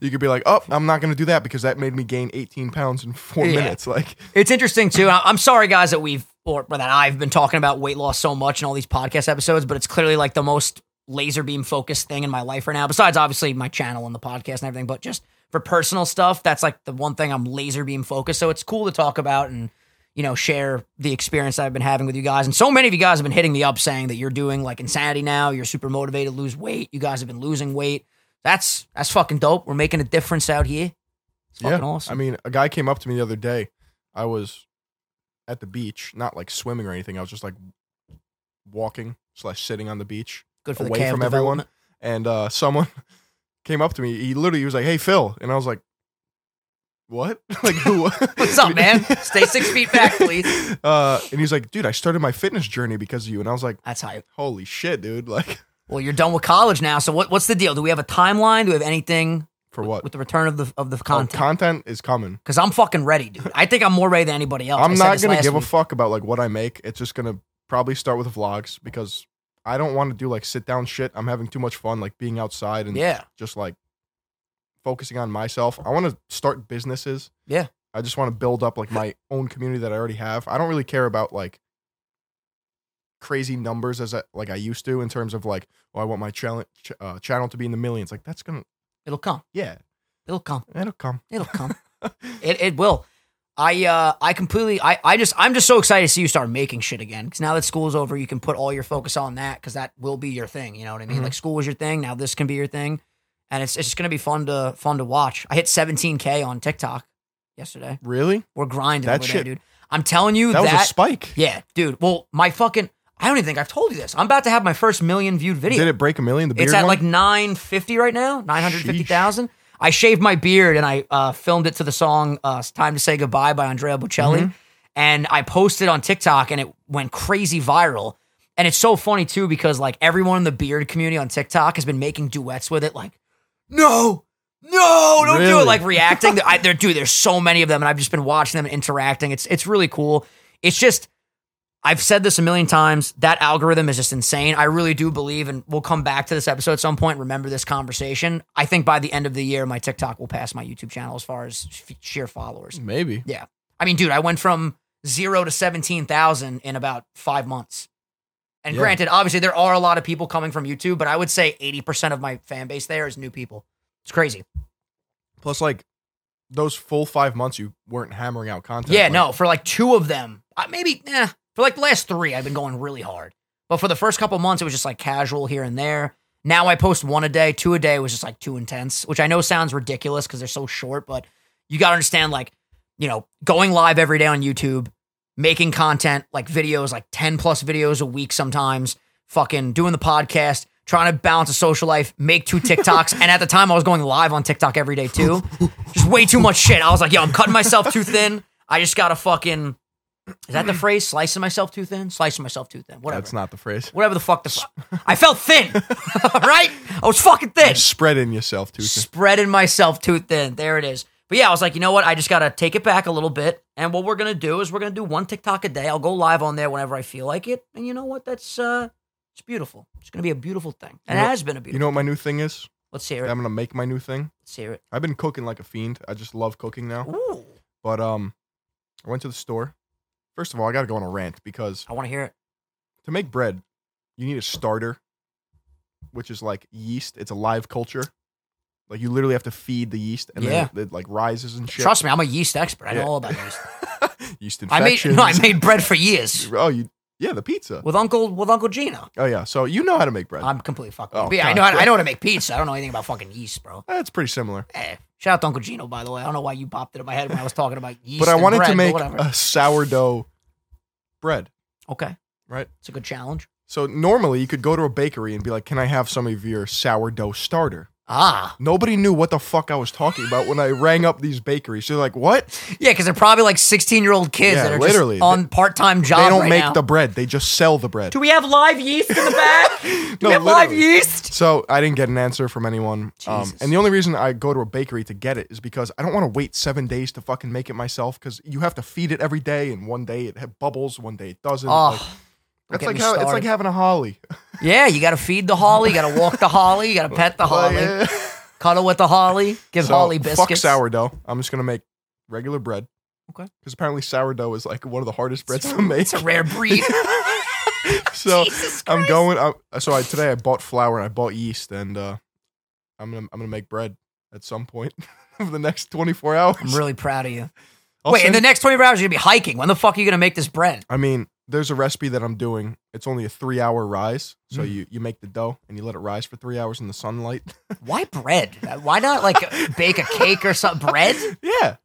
[SPEAKER 2] you could be like oh i'm not gonna do that because that made me gain 18 pounds in four
[SPEAKER 1] Yeah.
[SPEAKER 2] minutes like
[SPEAKER 1] It's interesting too. I- I'm sorry, guys, that we've or that I've been talking about weight loss so much in all these podcast episodes, but it's clearly like the most laser beam focused thing in my life right now. Besides, obviously, my channel and the podcast and everything, but just for personal stuff, that's like the one thing I'm laser beam focused. So it's cool to talk about and you know share the experience I've been having with you guys. And so many of you guys have been hitting me up saying that you're doing like insanity now. You're super motivated to lose weight. You guys have been losing weight. That's that's fucking dope. We're making a difference out here. It's fucking awesome.
[SPEAKER 2] i mean a guy came up to me the other day i was at the beach not like swimming or anything i was just like walking slash sitting on the beach
[SPEAKER 1] Good for the
[SPEAKER 2] away
[SPEAKER 1] calf
[SPEAKER 2] from everyone.
[SPEAKER 1] development.
[SPEAKER 2] and uh, someone came up to me. He literally was like, "Hey, Phil," and I was like, "What? like who?
[SPEAKER 1] What's up, man? Stay six feet back, please.
[SPEAKER 2] Uh, and he's like, "Dude, I started my fitness journey because of you." And I was like,
[SPEAKER 1] That's hype.
[SPEAKER 2] "Holy shit, dude! Like
[SPEAKER 1] Well, you're done with college now, so what, what's the deal? Do we have a timeline? Do we have anything
[SPEAKER 2] for what?
[SPEAKER 1] with the return of the of the
[SPEAKER 2] Oh,
[SPEAKER 1] content?
[SPEAKER 2] content is coming.
[SPEAKER 1] Because I'm fucking ready, dude. I think I'm more ready than anybody else. Oh, I
[SPEAKER 2] I'm
[SPEAKER 1] said
[SPEAKER 2] not
[SPEAKER 1] this
[SPEAKER 2] gonna
[SPEAKER 1] last
[SPEAKER 2] give
[SPEAKER 1] week.
[SPEAKER 2] a fuck about like what I make. It's just gonna probably start with vlogs because." I don't want to do like sit down shit. I'm having too much fun, like being outside and
[SPEAKER 1] yeah,
[SPEAKER 2] just like focusing on myself. I want to start businesses.
[SPEAKER 1] Yeah.
[SPEAKER 2] I just want to build up like my own community that I already have. I don't really care about like crazy numbers as I, like I used to in terms of like, oh, I want my channel ch- uh, channel to be in the millions. Like that's gonna,
[SPEAKER 1] it'll come.
[SPEAKER 2] yeah,
[SPEAKER 1] It'll come.
[SPEAKER 2] it'll come.
[SPEAKER 1] It'll come. it it will. I uh I completely I I just I'm just so excited to see you start making shit again. Because now that school's over, you can put all your focus on that because that will be your thing. You know what I mean?
[SPEAKER 2] Mhm.
[SPEAKER 1] Like school was your thing. Now this can be your thing, and it's it's just gonna be fun to fun to watch. I hit 17k on TikTok yesterday.
[SPEAKER 2] Really?
[SPEAKER 1] We're grinding
[SPEAKER 2] That
[SPEAKER 1] over there,
[SPEAKER 2] shit-
[SPEAKER 1] dude. I'm telling you
[SPEAKER 2] That
[SPEAKER 1] that,
[SPEAKER 2] was a spike.
[SPEAKER 1] Yeah, dude. Well, my fucking I don't even think I've told you this. I'm about to have my first million viewed video.
[SPEAKER 2] Did it break a million? The beard
[SPEAKER 1] it's at
[SPEAKER 2] one?
[SPEAKER 1] like 950 right now, 950,000. I shaved my beard and I uh, filmed it to the song uh, Time to Say
[SPEAKER 2] Mm-hmm.
[SPEAKER 1] Goodbye by Andrea Bocelli. And I posted on TikTok and it went crazy viral. And it's so funny too because like everyone in the beard community on TikTok has been making duets with it, like, no, no, don't do
[SPEAKER 2] Really?
[SPEAKER 1] it, like reacting. I, there, dude, there's so many of them, and I've just been watching them and interacting. It's it's really cool. It's just I've said this a million times. That algorithm is just insane. I really do believe, and we'll come back to this episode at some point. Remember this conversation. I think by the end of the year, my TikTok will pass my YouTube channel as far as f- sheer followers.
[SPEAKER 2] Maybe.
[SPEAKER 1] I mean, dude, I went from zero to 17,000 in about five months. And
[SPEAKER 2] Yeah.
[SPEAKER 1] granted, obviously, there are a lot of people coming from YouTube, but I would say 80% of my fan base there is new people. It's crazy.
[SPEAKER 2] Plus, like those full five months, you weren't hammering out content.
[SPEAKER 1] yeah,
[SPEAKER 2] like,
[SPEAKER 1] no, for like two of them, I, maybe, eh, for like the last three, I've been going really hard. But for the first couple months, it was just like casual here and there. Now I post one a day, two a day was just like too intense, which I know sounds ridiculous because they're so short, but you got to understand like, you know, going live every day on YouTube, making content like videos, like 10 plus videos a week sometimes, fucking doing the podcast, trying to balance a social life, make two TikToks. and at the time, I was going live on TikTok every day too. Just way too much shit. I was like, yo, I'm cutting myself too thin. I just got to fucking, is that the phrase? Slicing myself too thin? Slicing myself too thin. Whatever.
[SPEAKER 2] That's not the phrase.
[SPEAKER 1] Whatever the fuck the fuck. I felt thin, right? I was fucking thin
[SPEAKER 2] Spreading yourself too. thin.
[SPEAKER 1] spreading myself too thin. There it is. But yeah, I was like, you know what? I just gotta take it back a little bit. And what we're gonna do is we're gonna do one TikTok a day. I'll go live on there whenever I feel like it. And you know what? That's uh it's beautiful. It's gonna be a beautiful thing. And
[SPEAKER 2] You
[SPEAKER 1] it
[SPEAKER 2] know-
[SPEAKER 1] has been a
[SPEAKER 2] You
[SPEAKER 1] beautiful
[SPEAKER 2] know what my new thing is?
[SPEAKER 1] Let's hear
[SPEAKER 2] I'm
[SPEAKER 1] it.
[SPEAKER 2] gonna make my new thing.
[SPEAKER 1] Let's hear it.
[SPEAKER 2] I've been cooking like a fiend. I just love cooking now.
[SPEAKER 1] Ooh.
[SPEAKER 2] But um, I went to the store. First of all, I gotta go on a rant because
[SPEAKER 1] I wanna hear it.
[SPEAKER 2] to make bread, you need a starter, which is like yeast. It's a live culture. Like you literally have to feed the yeast, and then it, it, like rises and shit.
[SPEAKER 1] Trust me, I'm a yeast expert. I know
[SPEAKER 2] Yeah.
[SPEAKER 1] all about yeast.
[SPEAKER 2] yeast
[SPEAKER 1] I made
[SPEAKER 2] infections.
[SPEAKER 1] no, I made bread for years.
[SPEAKER 2] Oh, you yeah, the pizza.
[SPEAKER 1] With Uncle with Uncle Gino.
[SPEAKER 2] Oh yeah, so you know how to make bread.
[SPEAKER 1] I'm completely fucking
[SPEAKER 2] Oh,
[SPEAKER 1] yeah, I
[SPEAKER 2] God.
[SPEAKER 1] know how, I know how to make pizza. I don't know anything about fucking yeast, bro.
[SPEAKER 2] That's pretty similar.
[SPEAKER 1] Eh. Shout out to Uncle Gino, by the way. I don't know why you popped it in my head when I was talking about yeast.
[SPEAKER 2] But I
[SPEAKER 1] and
[SPEAKER 2] wanted
[SPEAKER 1] bread,
[SPEAKER 2] to
[SPEAKER 1] but
[SPEAKER 2] make
[SPEAKER 1] whatever.
[SPEAKER 2] a sourdough bread.
[SPEAKER 1] Okay.
[SPEAKER 2] Right.
[SPEAKER 1] It's a good challenge.
[SPEAKER 2] So normally you could go to a bakery and be like, "Can I have some of your sourdough starter?"
[SPEAKER 1] Ah.
[SPEAKER 2] Nobody knew what the fuck I was talking about when I rang up these bakeries. They're like, "What?
[SPEAKER 1] Yeah, because they're probably like 16 year old kids
[SPEAKER 2] Yeah,
[SPEAKER 1] that are
[SPEAKER 2] literally.
[SPEAKER 1] just on part time job.
[SPEAKER 2] they don't
[SPEAKER 1] right
[SPEAKER 2] make
[SPEAKER 1] now.
[SPEAKER 2] the bread. They just sell the bread."
[SPEAKER 1] Do we have live yeast in the back? Do
[SPEAKER 2] No,
[SPEAKER 1] we have live
[SPEAKER 2] literally.
[SPEAKER 1] yeast?
[SPEAKER 2] So I didn't get an answer from anyone. Um,
[SPEAKER 1] Jesus.
[SPEAKER 2] and the only reason I go to a bakery to get it is because I don't want to wait seven days to fucking make it myself because you have to feed it every day, and one day it ha- bubbles, one day it doesn't. Like,
[SPEAKER 1] Oh, don't
[SPEAKER 2] that's
[SPEAKER 1] get
[SPEAKER 2] like
[SPEAKER 1] me
[SPEAKER 2] how, it's like
[SPEAKER 1] started.
[SPEAKER 2] having a holly.
[SPEAKER 1] yeah, you got to feed the holly, you got to walk the holly, you got to pet the holly,
[SPEAKER 2] Like, eh.
[SPEAKER 1] cuddle with the holly, give
[SPEAKER 2] So,
[SPEAKER 1] holly
[SPEAKER 2] Fuck
[SPEAKER 1] biscuits.
[SPEAKER 2] sourdough. I'm just gonna make regular bread.
[SPEAKER 1] Okay.
[SPEAKER 2] Because apparently sourdough is like one of the hardest breads to make.
[SPEAKER 1] It's a rare breed.
[SPEAKER 2] so
[SPEAKER 1] Jesus
[SPEAKER 2] I'm
[SPEAKER 1] Christ.
[SPEAKER 2] going. I, so I, today I bought flour and I bought yeast, and uh, I'm gonna I'm gonna make bread at some point over the next 24 hours.
[SPEAKER 1] I'm really proud of you.
[SPEAKER 2] I'll
[SPEAKER 1] Wait, in
[SPEAKER 2] send-
[SPEAKER 1] the next 24 hours, you're going to be hiking. When the fuck are you going to make this bread?
[SPEAKER 2] I mean, there's a recipe that I'm doing. It's only a three hour rise. So
[SPEAKER 1] Mm.
[SPEAKER 2] you, you make the dough and you let it rise for three hours in the sunlight.
[SPEAKER 1] Why bread? Why not like bake a cake or something? Bread?
[SPEAKER 2] yeah.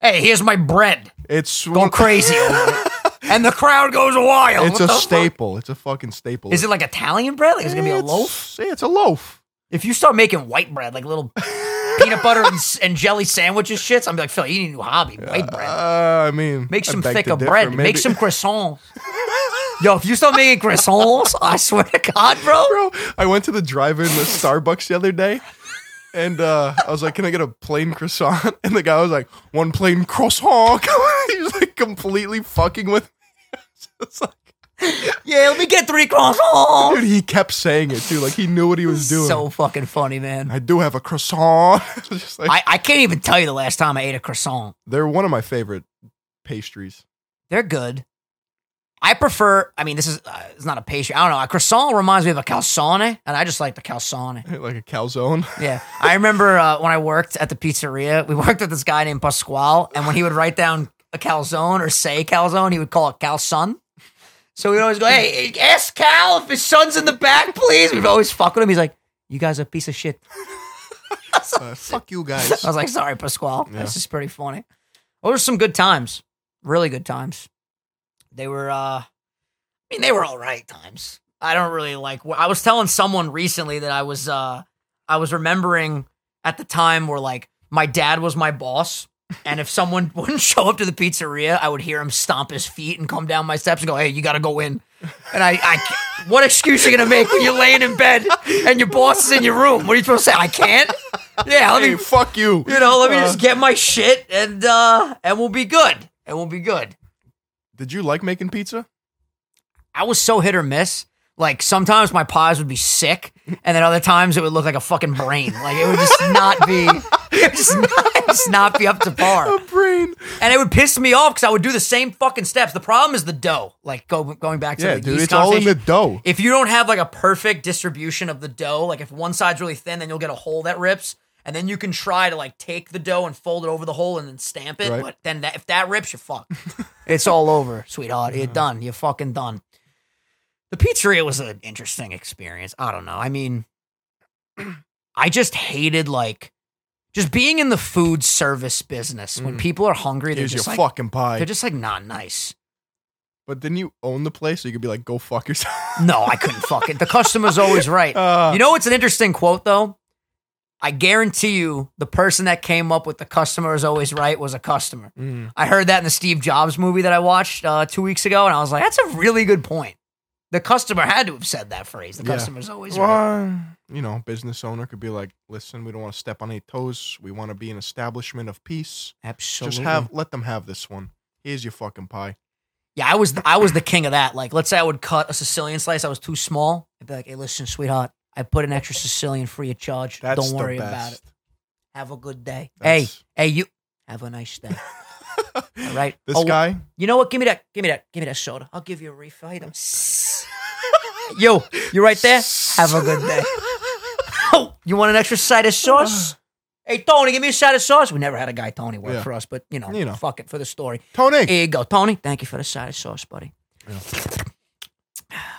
[SPEAKER 1] Hey, here's my bread.
[SPEAKER 2] It's
[SPEAKER 1] Go crazy over it. And the crowd goes wild.
[SPEAKER 2] It's
[SPEAKER 1] What
[SPEAKER 2] a
[SPEAKER 1] the fuck?
[SPEAKER 2] staple. It's a fucking staple.
[SPEAKER 1] Is it like Italian bread? Like it's gonna be a loaf.
[SPEAKER 2] It's- Yeah, it's a loaf.
[SPEAKER 1] If you start making white bread, like little peanut butter and, s- and jelly sandwiches, shits, I'm like, Phil, you need a new hobby. White bread.
[SPEAKER 2] Uh, I mean,
[SPEAKER 1] Make
[SPEAKER 2] I
[SPEAKER 1] some
[SPEAKER 2] beg to
[SPEAKER 1] thicker
[SPEAKER 2] differ,
[SPEAKER 1] bread.
[SPEAKER 2] maybe.
[SPEAKER 1] Make some croissants. Yo, if you start making croissants, I swear to God, bro.
[SPEAKER 2] Bro, I went to the drive-in with Starbucks the other day, and uh, I was like, "Can I get a plain croissant?" And the guy was like, "One plain croissant." he was like completely fucking with me. It's like,
[SPEAKER 1] Yeah, let me get three croissants.
[SPEAKER 2] dude, he kept saying it too. Like he knew what he was doing.
[SPEAKER 1] So fucking funny, man.
[SPEAKER 2] I do have a croissant. Just like-
[SPEAKER 1] I, I can't even tell you the last time I ate a croissant.
[SPEAKER 2] they're one of my favorite pastries.
[SPEAKER 1] They're good. I prefer. I mean, this is uh, it's not a pastry. I don't know. A croissant reminds me of a calzone, and I just like the calzone.
[SPEAKER 2] Like a calzone.
[SPEAKER 1] Yeah. I remember uh, when I worked at the pizzeria, we worked with this guy named Pasquale, and when he would write down a calzone or say calzone, he would call it calzone. So we'd always go, hey, ask Cal if his son's in the back, please. We'd always fuck with him. He's like, you guys are a piece of shit.
[SPEAKER 2] Uh, fuck you guys.
[SPEAKER 1] I was like, sorry, Pasquale.
[SPEAKER 2] Yeah.
[SPEAKER 1] This is pretty funny. Those were some good times. Really good times. They were, uh, I mean, they were all right times. I don't really like, I was telling someone recently that I was, uh, I was remembering at the time where like my dad was my boss. And if someone wouldn't show up to the pizzeria, I would hear him stomp his feet and come down my steps and go, hey, you got to go in. And I, I can't- what excuse are you gonna make when you're laying in bed and your boss is in your room? What are you supposed to say? I can't. Yeah, let
[SPEAKER 2] Hey,
[SPEAKER 1] me,
[SPEAKER 2] fuck you.
[SPEAKER 1] you know, let me
[SPEAKER 2] Uh,
[SPEAKER 1] just get my shit and uh and we'll be good. And we'll be good.
[SPEAKER 2] Did you like making pizza?
[SPEAKER 1] I was so hit or miss. Like sometimes my pies would be sick, and then other times it would look like a fucking brain. Like it would just not be, it would just not, just not be up to par.
[SPEAKER 2] Brain.
[SPEAKER 1] And it would piss me off because I would do the same fucking steps. The problem is the dough. Like go, going back to
[SPEAKER 2] Yeah,
[SPEAKER 1] the
[SPEAKER 2] dude,
[SPEAKER 1] yeast
[SPEAKER 2] it's all in the
[SPEAKER 1] conversation.
[SPEAKER 2] dough.
[SPEAKER 1] If you don't have like a perfect distribution of the dough, like if one side's really thin, then you'll get a hole that rips, and then you can try to like take the dough and fold it over the hole and then stamp it.
[SPEAKER 2] Right.
[SPEAKER 1] But then that, if that rips, you're fucked. it's all over, sweetheart. You're done. You're fucking done. The pizzeria was an interesting experience. I don't know. I mean, I just hated like just being in the food service business when
[SPEAKER 2] Mm.
[SPEAKER 1] people are hungry. They're
[SPEAKER 2] Here's your
[SPEAKER 1] just like
[SPEAKER 2] fucking pie.
[SPEAKER 1] they're just like not nice.
[SPEAKER 2] but didn't you own the place? So you could be like, go fuck yourself.
[SPEAKER 1] No, I couldn't fuck it. The customer's always right.
[SPEAKER 2] Uh,
[SPEAKER 1] You know what's an interesting quote though? I guarantee you the person that came up with the customer is always right was a customer.
[SPEAKER 2] mm,
[SPEAKER 1] I heard that in the Steve Jobs movie that I watched uh, two weeks ago, and I was like, that's a really good point. The customer had to have said that phrase. The
[SPEAKER 2] Yeah.
[SPEAKER 1] customer's always right.
[SPEAKER 2] well, you know, business owner could be like, listen, we don't want to step on any toes. We want to be an establishment of peace.
[SPEAKER 1] Absolutely.
[SPEAKER 2] Just have, let them have this one. Here's your fucking pie.
[SPEAKER 1] Yeah, I was I was the king of that. Like, let's say I would cut a Sicilian slice, I was too small. I'd be like, hey, listen, sweetheart, I put an extra Sicilian free of charge.
[SPEAKER 2] That's
[SPEAKER 1] Don't worry
[SPEAKER 2] the
[SPEAKER 1] about it.
[SPEAKER 2] best.
[SPEAKER 1] Have a good day.
[SPEAKER 2] That's-
[SPEAKER 1] Hey, hey, you have a nice day. All right.
[SPEAKER 2] This
[SPEAKER 1] Oh,
[SPEAKER 2] guy,
[SPEAKER 1] You know what? Give me that. Give me that. Give me that soda. I'll give you a refill. You know. Yo, you right there? Have a good day. Oh, you want an extra side of sauce? Hey, Tony, give me a side of sauce. We never had a guy, Tony, work
[SPEAKER 2] Yeah.
[SPEAKER 1] for us, but you know,
[SPEAKER 2] You know.
[SPEAKER 1] fuck it for the story.
[SPEAKER 2] Tony.
[SPEAKER 1] Here you go, Tony. Thank you for the side of sauce, buddy. Yeah,
[SPEAKER 2] Yeah.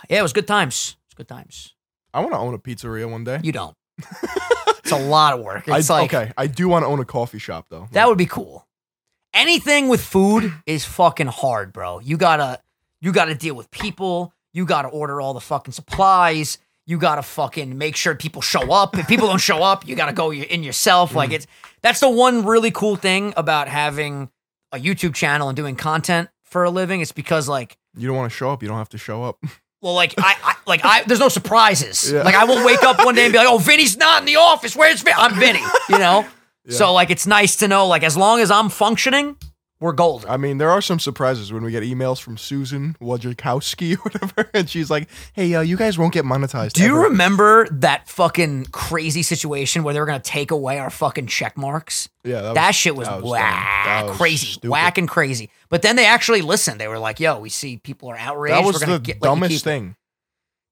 [SPEAKER 1] it was good times. It was good times.
[SPEAKER 2] I want to own a pizzeria one day.
[SPEAKER 1] You don't. it's a lot of work.
[SPEAKER 2] I,
[SPEAKER 1] It's like
[SPEAKER 2] okay, I do want to own a coffee shop though.
[SPEAKER 1] That would be cool. Anything with food is fucking hard, bro. You gotta you gotta deal with people. You gotta order all the fucking supplies. You gotta fucking make sure people show up. If people don't show up, you gotta go y- in yourself. Like it's that's the one really cool thing about having a YouTube channel and doing content for a living. It's because like
[SPEAKER 2] you don't want to show up. You don't have to show up.
[SPEAKER 1] well, like I, I like I there's no surprises.
[SPEAKER 2] Yeah.
[SPEAKER 1] Like I will wake up one day and be like, oh, Vinny's not in the office. Where's Vinny? I'm Vinny. You know. So like it's nice to know like as long as I'm functioning, we're golden.
[SPEAKER 2] I mean, there are some surprises when we get emails from Susan Wojciechowski or whatever, and she's like, "Hey, uh, you guys won't get monetized."
[SPEAKER 1] Do you
[SPEAKER 2] ever."
[SPEAKER 1] remember that fucking crazy situation where they were gonna take away our fucking check marks?
[SPEAKER 2] Yeah, that,
[SPEAKER 1] That shit was,
[SPEAKER 2] that was dumb.
[SPEAKER 1] whack,
[SPEAKER 2] That was
[SPEAKER 1] crazy,
[SPEAKER 2] stupid.
[SPEAKER 1] whack and crazy. But then they actually listened. They were like, "Yo, we see people are outraged.
[SPEAKER 2] That
[SPEAKER 1] we're
[SPEAKER 2] was
[SPEAKER 1] gonna
[SPEAKER 2] the
[SPEAKER 1] get, let you keep
[SPEAKER 2] dumbest
[SPEAKER 1] it."
[SPEAKER 2] thing.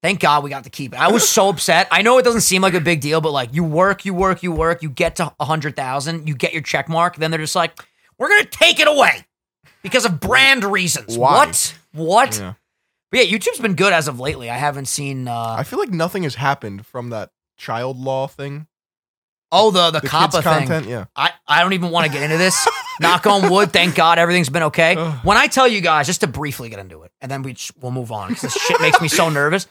[SPEAKER 1] Thank God we got to keep it. I was so upset. I know it doesn't seem like a big deal, but like you work, you work, you work, you get to a hundred thousand, you get your check mark, then they're just like, we're gonna take it away because of brand reasons.
[SPEAKER 2] Why?
[SPEAKER 1] What? What?
[SPEAKER 2] Yeah.
[SPEAKER 1] But yeah, YouTube's been good as of lately. I haven't seen. uh
[SPEAKER 2] I feel like nothing has happened from that child law thing.
[SPEAKER 1] Oh, the the,
[SPEAKER 2] The
[SPEAKER 1] COPPA
[SPEAKER 2] kids
[SPEAKER 1] thing.
[SPEAKER 2] content, yeah.
[SPEAKER 1] I, I don't even want to get into this. Knock on wood. Thank God everything's been okay.
[SPEAKER 2] Ugh.
[SPEAKER 1] when I tell you guys, just to briefly get into it, and then we sh- we'll move on 'cause this shit makes me so nervous.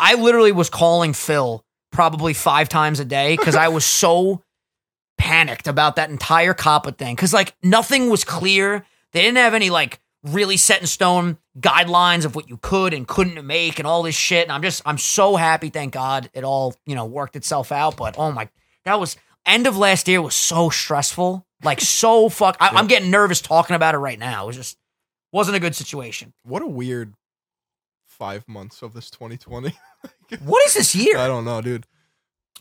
[SPEAKER 1] I literally was calling Phil probably five times a day because I was so panicked about that entire COPPA thing because like nothing was clear. They didn't have any like really set in stone guidelines of what you could and couldn't make and all this shit. And I'm just I'm so happy, thank God, it all you know worked itself out. But oh my, that was end of last year was so stressful, like so fuck. I, I'm getting nervous talking about it right now. It was just wasn't a good situation.
[SPEAKER 2] What a weird five months of this 2020.
[SPEAKER 1] What is this year?
[SPEAKER 2] I don't know, dude.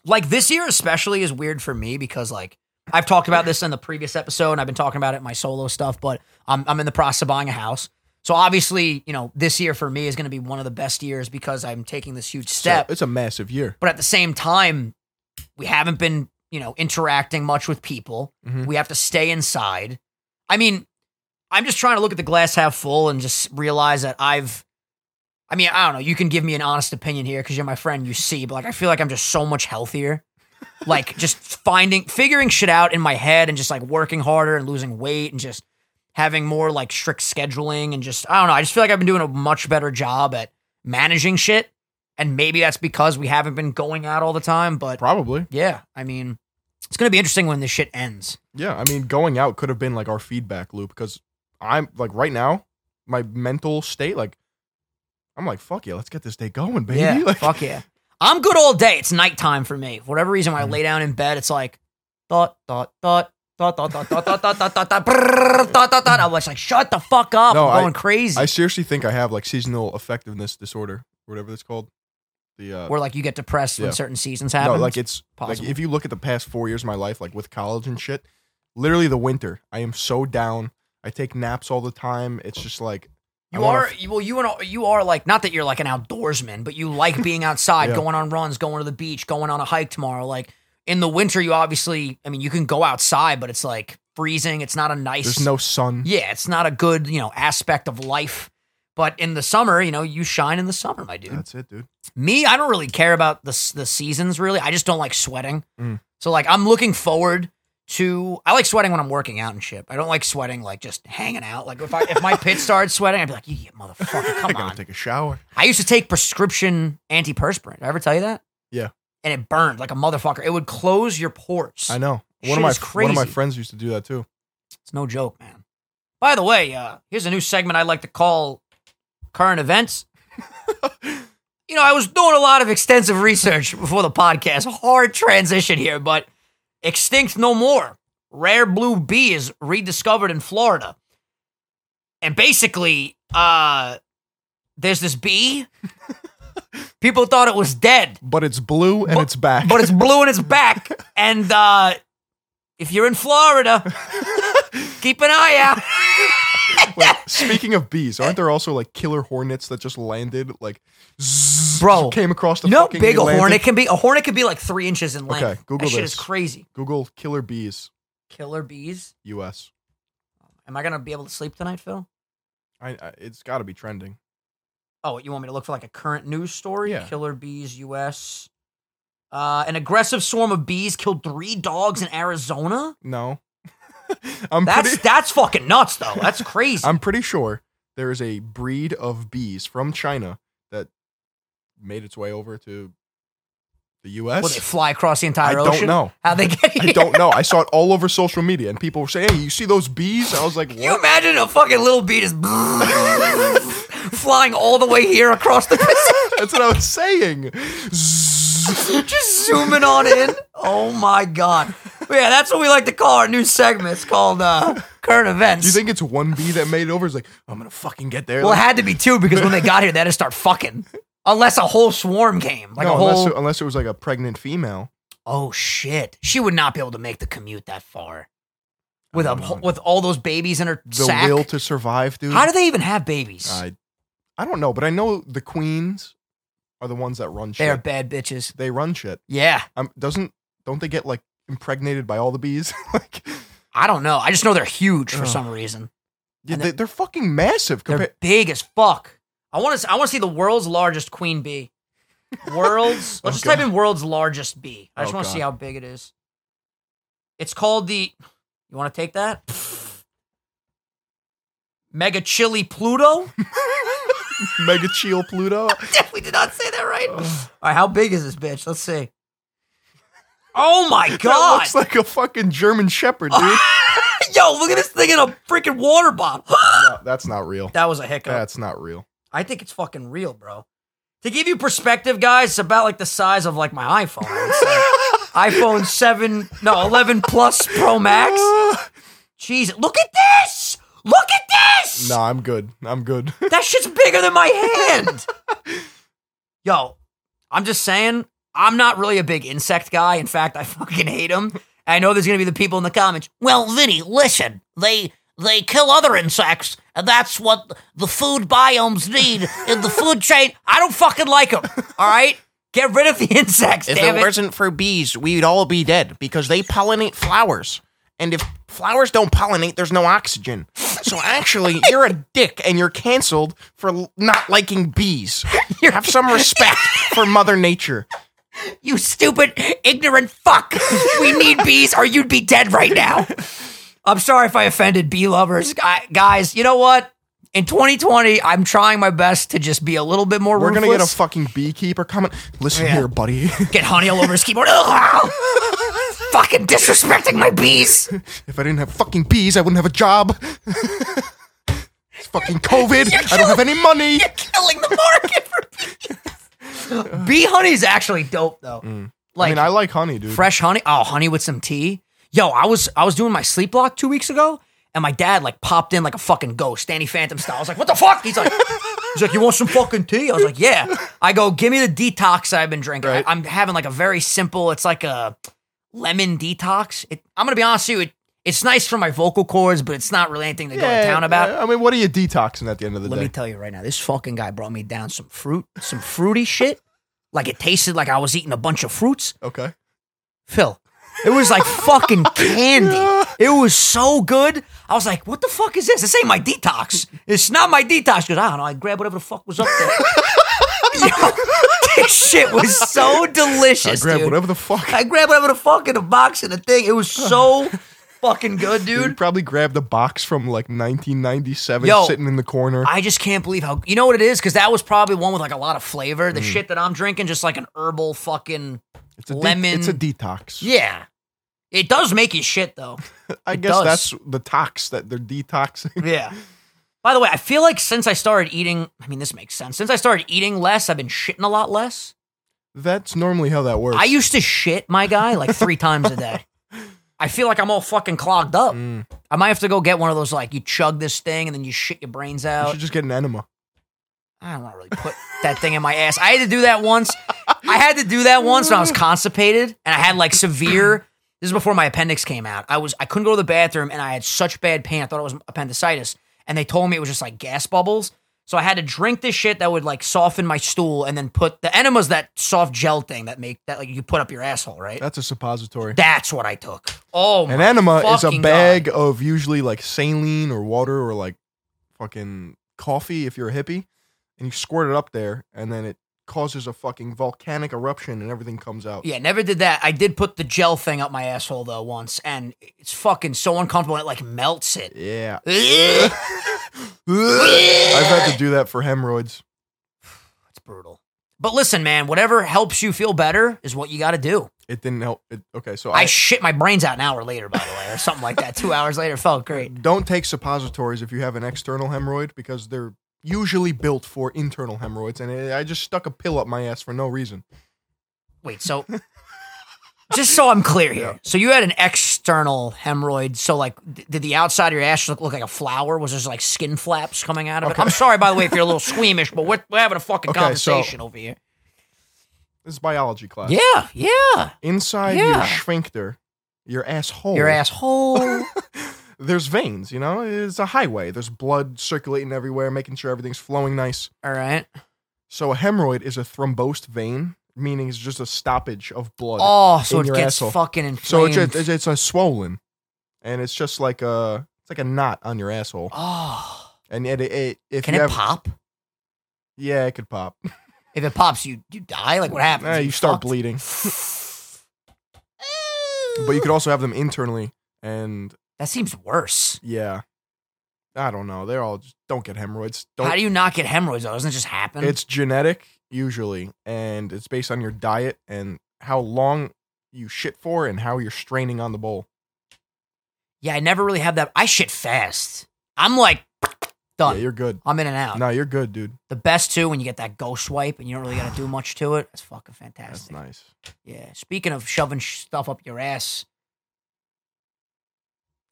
[SPEAKER 1] like this year especially is weird for me because like I've talked about this in the previous episode and I've been talking about it in my solo stuff, but I'm I'm in the process of buying a house. So obviously, you know, this year for me is going to be one of the best years because I'm taking this huge
[SPEAKER 2] So,
[SPEAKER 1] step.
[SPEAKER 2] it's a massive year.
[SPEAKER 1] but at the same time, we haven't been, you know, interacting much with people.
[SPEAKER 2] Mhm.
[SPEAKER 1] We have to stay inside. I mean, I'm just trying to look at the glass half full and just realize that I've I mean, I don't know, you can give me an honest opinion here cuz you're my friend, you see, but like I feel like I'm just so much healthier. like just finding figuring shit out in my head and just like working harder and losing weight and just having more like strict scheduling and just I don't know, I just feel like I've been doing a much better job at managing shit and maybe that's because we haven't been going out all the time, but
[SPEAKER 2] Probably.
[SPEAKER 1] yeah, I mean, it's going to be interesting when this shit ends.
[SPEAKER 2] Yeah, I mean, going out could have been like our feedback loop because I'm like right now, my mental state, like I'm like, fuck yeah, let's get this day going, baby.
[SPEAKER 1] Yeah,
[SPEAKER 2] like,
[SPEAKER 1] fuck yeah. I'm good all day. It's nighttime for me. For whatever reason, when I
[SPEAKER 2] Mhm.
[SPEAKER 1] lay down in bed, it's like dot dot dot. Dot, dot, dot, dot, dot, dot, dot, dot, dot, brrrr, dot, dot, dot. I was like, shut the fuck up.
[SPEAKER 2] No,
[SPEAKER 1] I'm
[SPEAKER 2] I-
[SPEAKER 1] going crazy.
[SPEAKER 2] I seriously think I have like seasonal effectiveness disorder, or whatever it's called. The uh,
[SPEAKER 1] Where like you get depressed when
[SPEAKER 2] Yeah.
[SPEAKER 1] certain seasons
[SPEAKER 2] no,
[SPEAKER 1] happen.
[SPEAKER 2] like it's
[SPEAKER 1] Possible.
[SPEAKER 2] like if you look at the past four years of my life, like with college and shit, literally the winter, I am so down. I take naps all the time. It's just like I
[SPEAKER 1] You
[SPEAKER 2] wanna
[SPEAKER 1] are you- well. You and you are like not that you're like an outdoorsman, but you like being outside,
[SPEAKER 2] Yeah.
[SPEAKER 1] going on runs, going to the beach, going on a hike tomorrow. Like in the winter, you obviously, I mean, you can go outside, but it's like freezing. It's not a nice.
[SPEAKER 2] there's no sun.
[SPEAKER 1] yeah, it's not a good you know aspect of life. But in the summer, you know, you shine in the summer, my dude.
[SPEAKER 2] That's it, dude.
[SPEAKER 1] Me, I don't really care about the s- the seasons really. I just don't like sweating.
[SPEAKER 2] Mm.
[SPEAKER 1] So like I'm looking forward to I like sweating when I'm working out and shit. I don't like sweating like just hanging out. Like if I if my pit started sweating, I'd be like, "You motherfucker,
[SPEAKER 2] I
[SPEAKER 1] come
[SPEAKER 2] gotta
[SPEAKER 1] on."
[SPEAKER 2] take a shower.
[SPEAKER 1] I used to take prescription antiperspirant. Did I ever tell you that?
[SPEAKER 2] Yeah.
[SPEAKER 1] And it burned like a motherfucker. It would close your pores.
[SPEAKER 2] I know. One
[SPEAKER 1] Shit
[SPEAKER 2] of my
[SPEAKER 1] is
[SPEAKER 2] one of my
[SPEAKER 1] crazy.
[SPEAKER 2] friends used to do that too.
[SPEAKER 1] It's no joke, man. By the way, uh, here's a new segment I like to call current events. you know, I was doing a lot of extensive research before the podcast. Hard transition here, but extinct no more. Rare blue bee is rediscovered in Florida. And basically, uh there's this bee. People thought it was dead,
[SPEAKER 2] But it's blue and
[SPEAKER 1] But-
[SPEAKER 2] it's back.
[SPEAKER 1] but it's blue and it's back. And uh if you're in Florida, keep an eye out.
[SPEAKER 2] Wait, speaking of bees, aren't there also like killer hornets that just landed like zzz,
[SPEAKER 1] Bro,
[SPEAKER 2] came across the
[SPEAKER 1] You know how
[SPEAKER 2] fucking
[SPEAKER 1] big a
[SPEAKER 2] Atlantic?
[SPEAKER 1] hornet can be? A hornet can be like three inches in length.
[SPEAKER 2] Okay, Google
[SPEAKER 1] that shit
[SPEAKER 2] this.
[SPEAKER 1] is crazy.
[SPEAKER 2] Google killer bees
[SPEAKER 1] Killer bees.
[SPEAKER 2] US.
[SPEAKER 1] Am I gonna be able to sleep tonight, Phil?
[SPEAKER 2] I, I it's got to be trending.
[SPEAKER 1] Oh, you want me to look for like a current news story?
[SPEAKER 2] Yeah.
[SPEAKER 1] Killer bees, U.S. Uh, an aggressive swarm of bees killed three dogs in Arizona.
[SPEAKER 2] No. I'm
[SPEAKER 1] That's
[SPEAKER 2] pretty
[SPEAKER 1] that's fucking nuts, though. That's crazy.
[SPEAKER 2] I'm pretty sure there is a breed of bees from China that made its way over to the US.
[SPEAKER 1] Will they fly across the entire
[SPEAKER 2] I
[SPEAKER 1] ocean?
[SPEAKER 2] don't know.
[SPEAKER 1] How they get here?
[SPEAKER 2] I don't know. I saw it all over social media, and people were saying, "Hey, you see those bees?" I was like,
[SPEAKER 1] Can you
[SPEAKER 2] "What?"
[SPEAKER 1] imagine a fucking little bee just flying all the way here across the Pacific,
[SPEAKER 2] That's what I was saying. Zzz.
[SPEAKER 1] just zooming on in? Oh my god! But yeah, that's what we like to call our new segment. It's called uh, current events.
[SPEAKER 2] Do you think it's one bee that made it over? It's like I'm gonna fucking get there.
[SPEAKER 1] Well, it
[SPEAKER 2] Like,
[SPEAKER 1] had to be two because when they got here, they had to start fucking. Unless a whole swarm came, like
[SPEAKER 2] no,
[SPEAKER 1] a whole.
[SPEAKER 2] unless, it, unless it was like a pregnant female.
[SPEAKER 1] oh shit! She would not be able to make the commute that far with a
[SPEAKER 2] don't know.
[SPEAKER 1] whole- with all those babies in her
[SPEAKER 2] Um, The
[SPEAKER 1] sack.
[SPEAKER 2] will to Ah, survive, dude.
[SPEAKER 1] How do they even have babies?
[SPEAKER 2] I, I don't know, but I know the queens are the ones that run shit.
[SPEAKER 1] they are bad bitches.
[SPEAKER 2] they run shit.
[SPEAKER 1] Yeah,
[SPEAKER 2] Um, doesn't don't they get like impregnated by all the bees? like,
[SPEAKER 1] I don't know. I just know they're huge for
[SPEAKER 2] Ugh.
[SPEAKER 1] some reason.
[SPEAKER 2] yeah,
[SPEAKER 1] And
[SPEAKER 2] they, they're fucking massive.
[SPEAKER 1] They're
[SPEAKER 2] Compared,
[SPEAKER 1] big as fuck. I want to. I want to see the world's largest queen bee. World's.
[SPEAKER 2] Oh,
[SPEAKER 1] let's just
[SPEAKER 2] God.
[SPEAKER 1] type in world's largest bee. I just
[SPEAKER 2] Oh,
[SPEAKER 1] want to see
[SPEAKER 2] God.
[SPEAKER 1] how big it is. It's called the. You want to take that? Mega chili Pluto.
[SPEAKER 2] mega chill Pluto.
[SPEAKER 1] we did not say that right. All right, how big is this bitch? Let's see. Oh my
[SPEAKER 2] That
[SPEAKER 1] god!
[SPEAKER 2] looks like a fucking German Shepherd, dude.
[SPEAKER 1] Yo, look at this thing in a freaking water bottle.
[SPEAKER 2] no, that's not real.
[SPEAKER 1] that was a hiccup.
[SPEAKER 2] That's not real.
[SPEAKER 1] I think it's fucking real, bro. To give you perspective, guys, it's about like the size of like my iPhone. I would say. iPhone 7, no, 11 Plus Pro Max. Jeez, look at this! Look at this!
[SPEAKER 2] no, I'm good. I'm good.
[SPEAKER 1] That shit's bigger than my hand! Yo, I'm just saying, I'm not really a big insect guy. In fact, I fucking hate them. I know there's gonna be the people in the comments. Well, Vinny, listen, they they kill other insects, and that's what the food biomes need in the food chain. I don't fucking like them. All right, get rid of the insects,
[SPEAKER 3] If
[SPEAKER 1] damn
[SPEAKER 3] it
[SPEAKER 1] it.
[SPEAKER 3] wasn't for bees, we'd all be dead because they pollinate flowers. And if flowers don't pollinate, there's no oxygen. So actually, you're a dick and you're canceled for l- not liking bees. Have some respect for Mother Nature.
[SPEAKER 1] You stupid, ignorant fuck. We need bees or you'd be dead right now. I'm sorry if I offended bee lovers. Gu- Guys, you know what? In 2020, I'm trying my best to just be a little bit more
[SPEAKER 2] We're
[SPEAKER 1] ruthless.
[SPEAKER 2] gonna get a fucking beekeeper coming. Listen
[SPEAKER 1] Oh, Yeah.
[SPEAKER 2] here, buddy.
[SPEAKER 1] Get honey all over his keyboard. Ugh! Fucking disrespecting my bees.
[SPEAKER 2] If I didn't have fucking bees, I wouldn't have a job. it's fucking COVID. I don't have any money.
[SPEAKER 1] Kill killing the market for bees. Bee honey is actually dope though.
[SPEAKER 2] Mm. I
[SPEAKER 1] Like
[SPEAKER 2] mean, I like honey, dude.
[SPEAKER 1] fresh honey. Oh, honey with some tea. Yo, I was I was doing my sleep block two weeks ago, and my dad like popped in like a fucking ghost, Danny Phantom style. I was like, "What the fuck?" He's like, "He's like, you want some fucking tea?" I was like, "Yeah." I go, "Give me the detox that I've been drinking.
[SPEAKER 2] Right.
[SPEAKER 1] I, am having like a very simple. It's like a lemon detox. It, I'm gonna be honest with you. It, it's nice for my vocal cords, but it's not really anything to go
[SPEAKER 2] Yeah,
[SPEAKER 1] to town about.
[SPEAKER 2] I mean, what are you detoxing at the end of the
[SPEAKER 1] Let
[SPEAKER 2] day?
[SPEAKER 1] me tell you right now, this fucking guy brought me down some fruit, some fruity shit. Like it tasted like I was eating a bunch of fruits.
[SPEAKER 2] okay.
[SPEAKER 1] Phil. It was like fucking candy. It was so good. I was like, what the fuck is this? This ain't my detox. It's not my detox. Because I don't know. I grabbed whatever the fuck was up there. Yo, this shit was so
[SPEAKER 2] I
[SPEAKER 1] delicious.
[SPEAKER 2] grab
[SPEAKER 1] dude.
[SPEAKER 2] whatever the fuck.
[SPEAKER 1] I grabbed whatever the fuck in the box and the thing. It was so fucking good,
[SPEAKER 2] Dude,
[SPEAKER 1] dude.
[SPEAKER 2] you probably grabbed a box from like 1997
[SPEAKER 1] Yo.
[SPEAKER 2] sitting in the corner.
[SPEAKER 1] I just can't believe how you know what it is because that was probably one with like a lot of flavor.
[SPEAKER 2] Mm.
[SPEAKER 1] The shit that I'm drinking, just like an herbal fucking
[SPEAKER 2] it's a de-
[SPEAKER 1] lemon.
[SPEAKER 2] it's a detox.
[SPEAKER 1] yeah. It does make you shit though.
[SPEAKER 2] I
[SPEAKER 1] it
[SPEAKER 2] guess
[SPEAKER 1] does.
[SPEAKER 2] that's the tox that they're detoxing.
[SPEAKER 1] Yeah. By the way, I feel like since I started eating, I mean, this makes sense. Since I started eating less, I've been shitting a lot less.
[SPEAKER 2] That's normally how that works.
[SPEAKER 1] I used to shit, my guy, like three times a day. I feel like I'm all fucking clogged up. I might have to go get one of those, like, you chug this thing and then you shit your brains
[SPEAKER 2] you
[SPEAKER 1] out.
[SPEAKER 2] should just get an enema.
[SPEAKER 1] I don't want to really put that thing in my ass. I had to do that once. I had to do that once when I was constipated and I had like severe. This is before my appendix came out. I was I couldn't go to the bathroom and I had such bad pain. I thought it was appendicitis, and they told me it was just like gas bubbles. So I had to drink this shit that would like soften my stool and then put the enemas that soft gel thing that make that like you put up your asshole, right?
[SPEAKER 2] That's a suppository.
[SPEAKER 1] That's what I took. Oh,
[SPEAKER 2] An
[SPEAKER 1] my
[SPEAKER 2] enema is a
[SPEAKER 1] fucking
[SPEAKER 2] bag
[SPEAKER 1] God.
[SPEAKER 2] of usually like saline or water or like fucking coffee if you're a hippie, and you squirt it up there, and then it causes a fucking volcanic eruption and everything comes out.
[SPEAKER 1] Yeah, never did that. I did put the gel thing up my asshole though once, and it's fucking so uncomfortable. and It like melts it.
[SPEAKER 2] Yeah.
[SPEAKER 1] Ugh.
[SPEAKER 2] I've had to do that for hemorrhoids.
[SPEAKER 1] It's brutal. But listen, man, whatever helps you feel better is what you got to do.
[SPEAKER 2] It didn't help. It, okay, so
[SPEAKER 1] I
[SPEAKER 2] I,
[SPEAKER 1] shit my brains out an hour later, by the way, or something like that. Two hours later felt great.
[SPEAKER 2] don't take suppositories if you have an external hemorrhoid because they're usually built for internal hemorrhoids, and eh, I I just stuck a pill up my ass for no reason.
[SPEAKER 1] Wait, so just so I'm clear here. So you had an external hemorrhoid. So, like, d- did the outside of your ass look, look like a flower? Was there like skin flaps coming out of it? I'm sorry, by the way, if you're a little squeamish, but we're, we're having a fucking
[SPEAKER 2] Okay, so- Uh,
[SPEAKER 1] conversation over here.
[SPEAKER 2] This is biology class.
[SPEAKER 1] Yeah, yeah.
[SPEAKER 2] Inside
[SPEAKER 1] Yeah.
[SPEAKER 2] your sphincter, your asshole,
[SPEAKER 1] Your asshole.
[SPEAKER 2] there's veins, you know? It's a highway. There's blood circulating everywhere, making sure everything's flowing nice.
[SPEAKER 1] All right.
[SPEAKER 2] So a hemorrhoid is a thrombosed vein, meaning it's just a stoppage of blood.
[SPEAKER 1] Oh, so
[SPEAKER 2] In
[SPEAKER 1] it
[SPEAKER 2] your
[SPEAKER 1] gets
[SPEAKER 2] asshole.
[SPEAKER 1] fucking
[SPEAKER 2] so
[SPEAKER 1] inflamed.
[SPEAKER 2] it's, it's, it's, a swollen. And it's just like a it's like a knot on your asshole.
[SPEAKER 1] oh,
[SPEAKER 2] And it, it, it if
[SPEAKER 1] can
[SPEAKER 2] you
[SPEAKER 1] it
[SPEAKER 2] have,
[SPEAKER 1] pop?
[SPEAKER 2] Yeah, it could pop.
[SPEAKER 1] If it pops, you you die. Like what happens?
[SPEAKER 2] Eh,
[SPEAKER 1] Are
[SPEAKER 2] you start
[SPEAKER 1] fucked?
[SPEAKER 2] bleeding. But you could also have them internally and
[SPEAKER 1] That seems worse.
[SPEAKER 2] yeah. I don't know. They're all just don't get hemorrhoids. Don't
[SPEAKER 1] How do you not get hemorrhoids? though? Doesn't it just happen?
[SPEAKER 2] It's genetic usually, and it's based on your diet and how long you shit for and how you're straining on the bowl.
[SPEAKER 1] yeah. I never really had that. I shit fast. I'm like done.
[SPEAKER 2] Yeah, you're good.
[SPEAKER 1] I'm in and out.
[SPEAKER 2] No, you're good, dude.
[SPEAKER 1] The best too when you get that ghost wipe and you don't really got to do much to it. That's fucking
[SPEAKER 2] That's
[SPEAKER 1] fantastic.
[SPEAKER 2] nice.
[SPEAKER 1] Yeah. Speaking of shoving sh- stuff up your ass,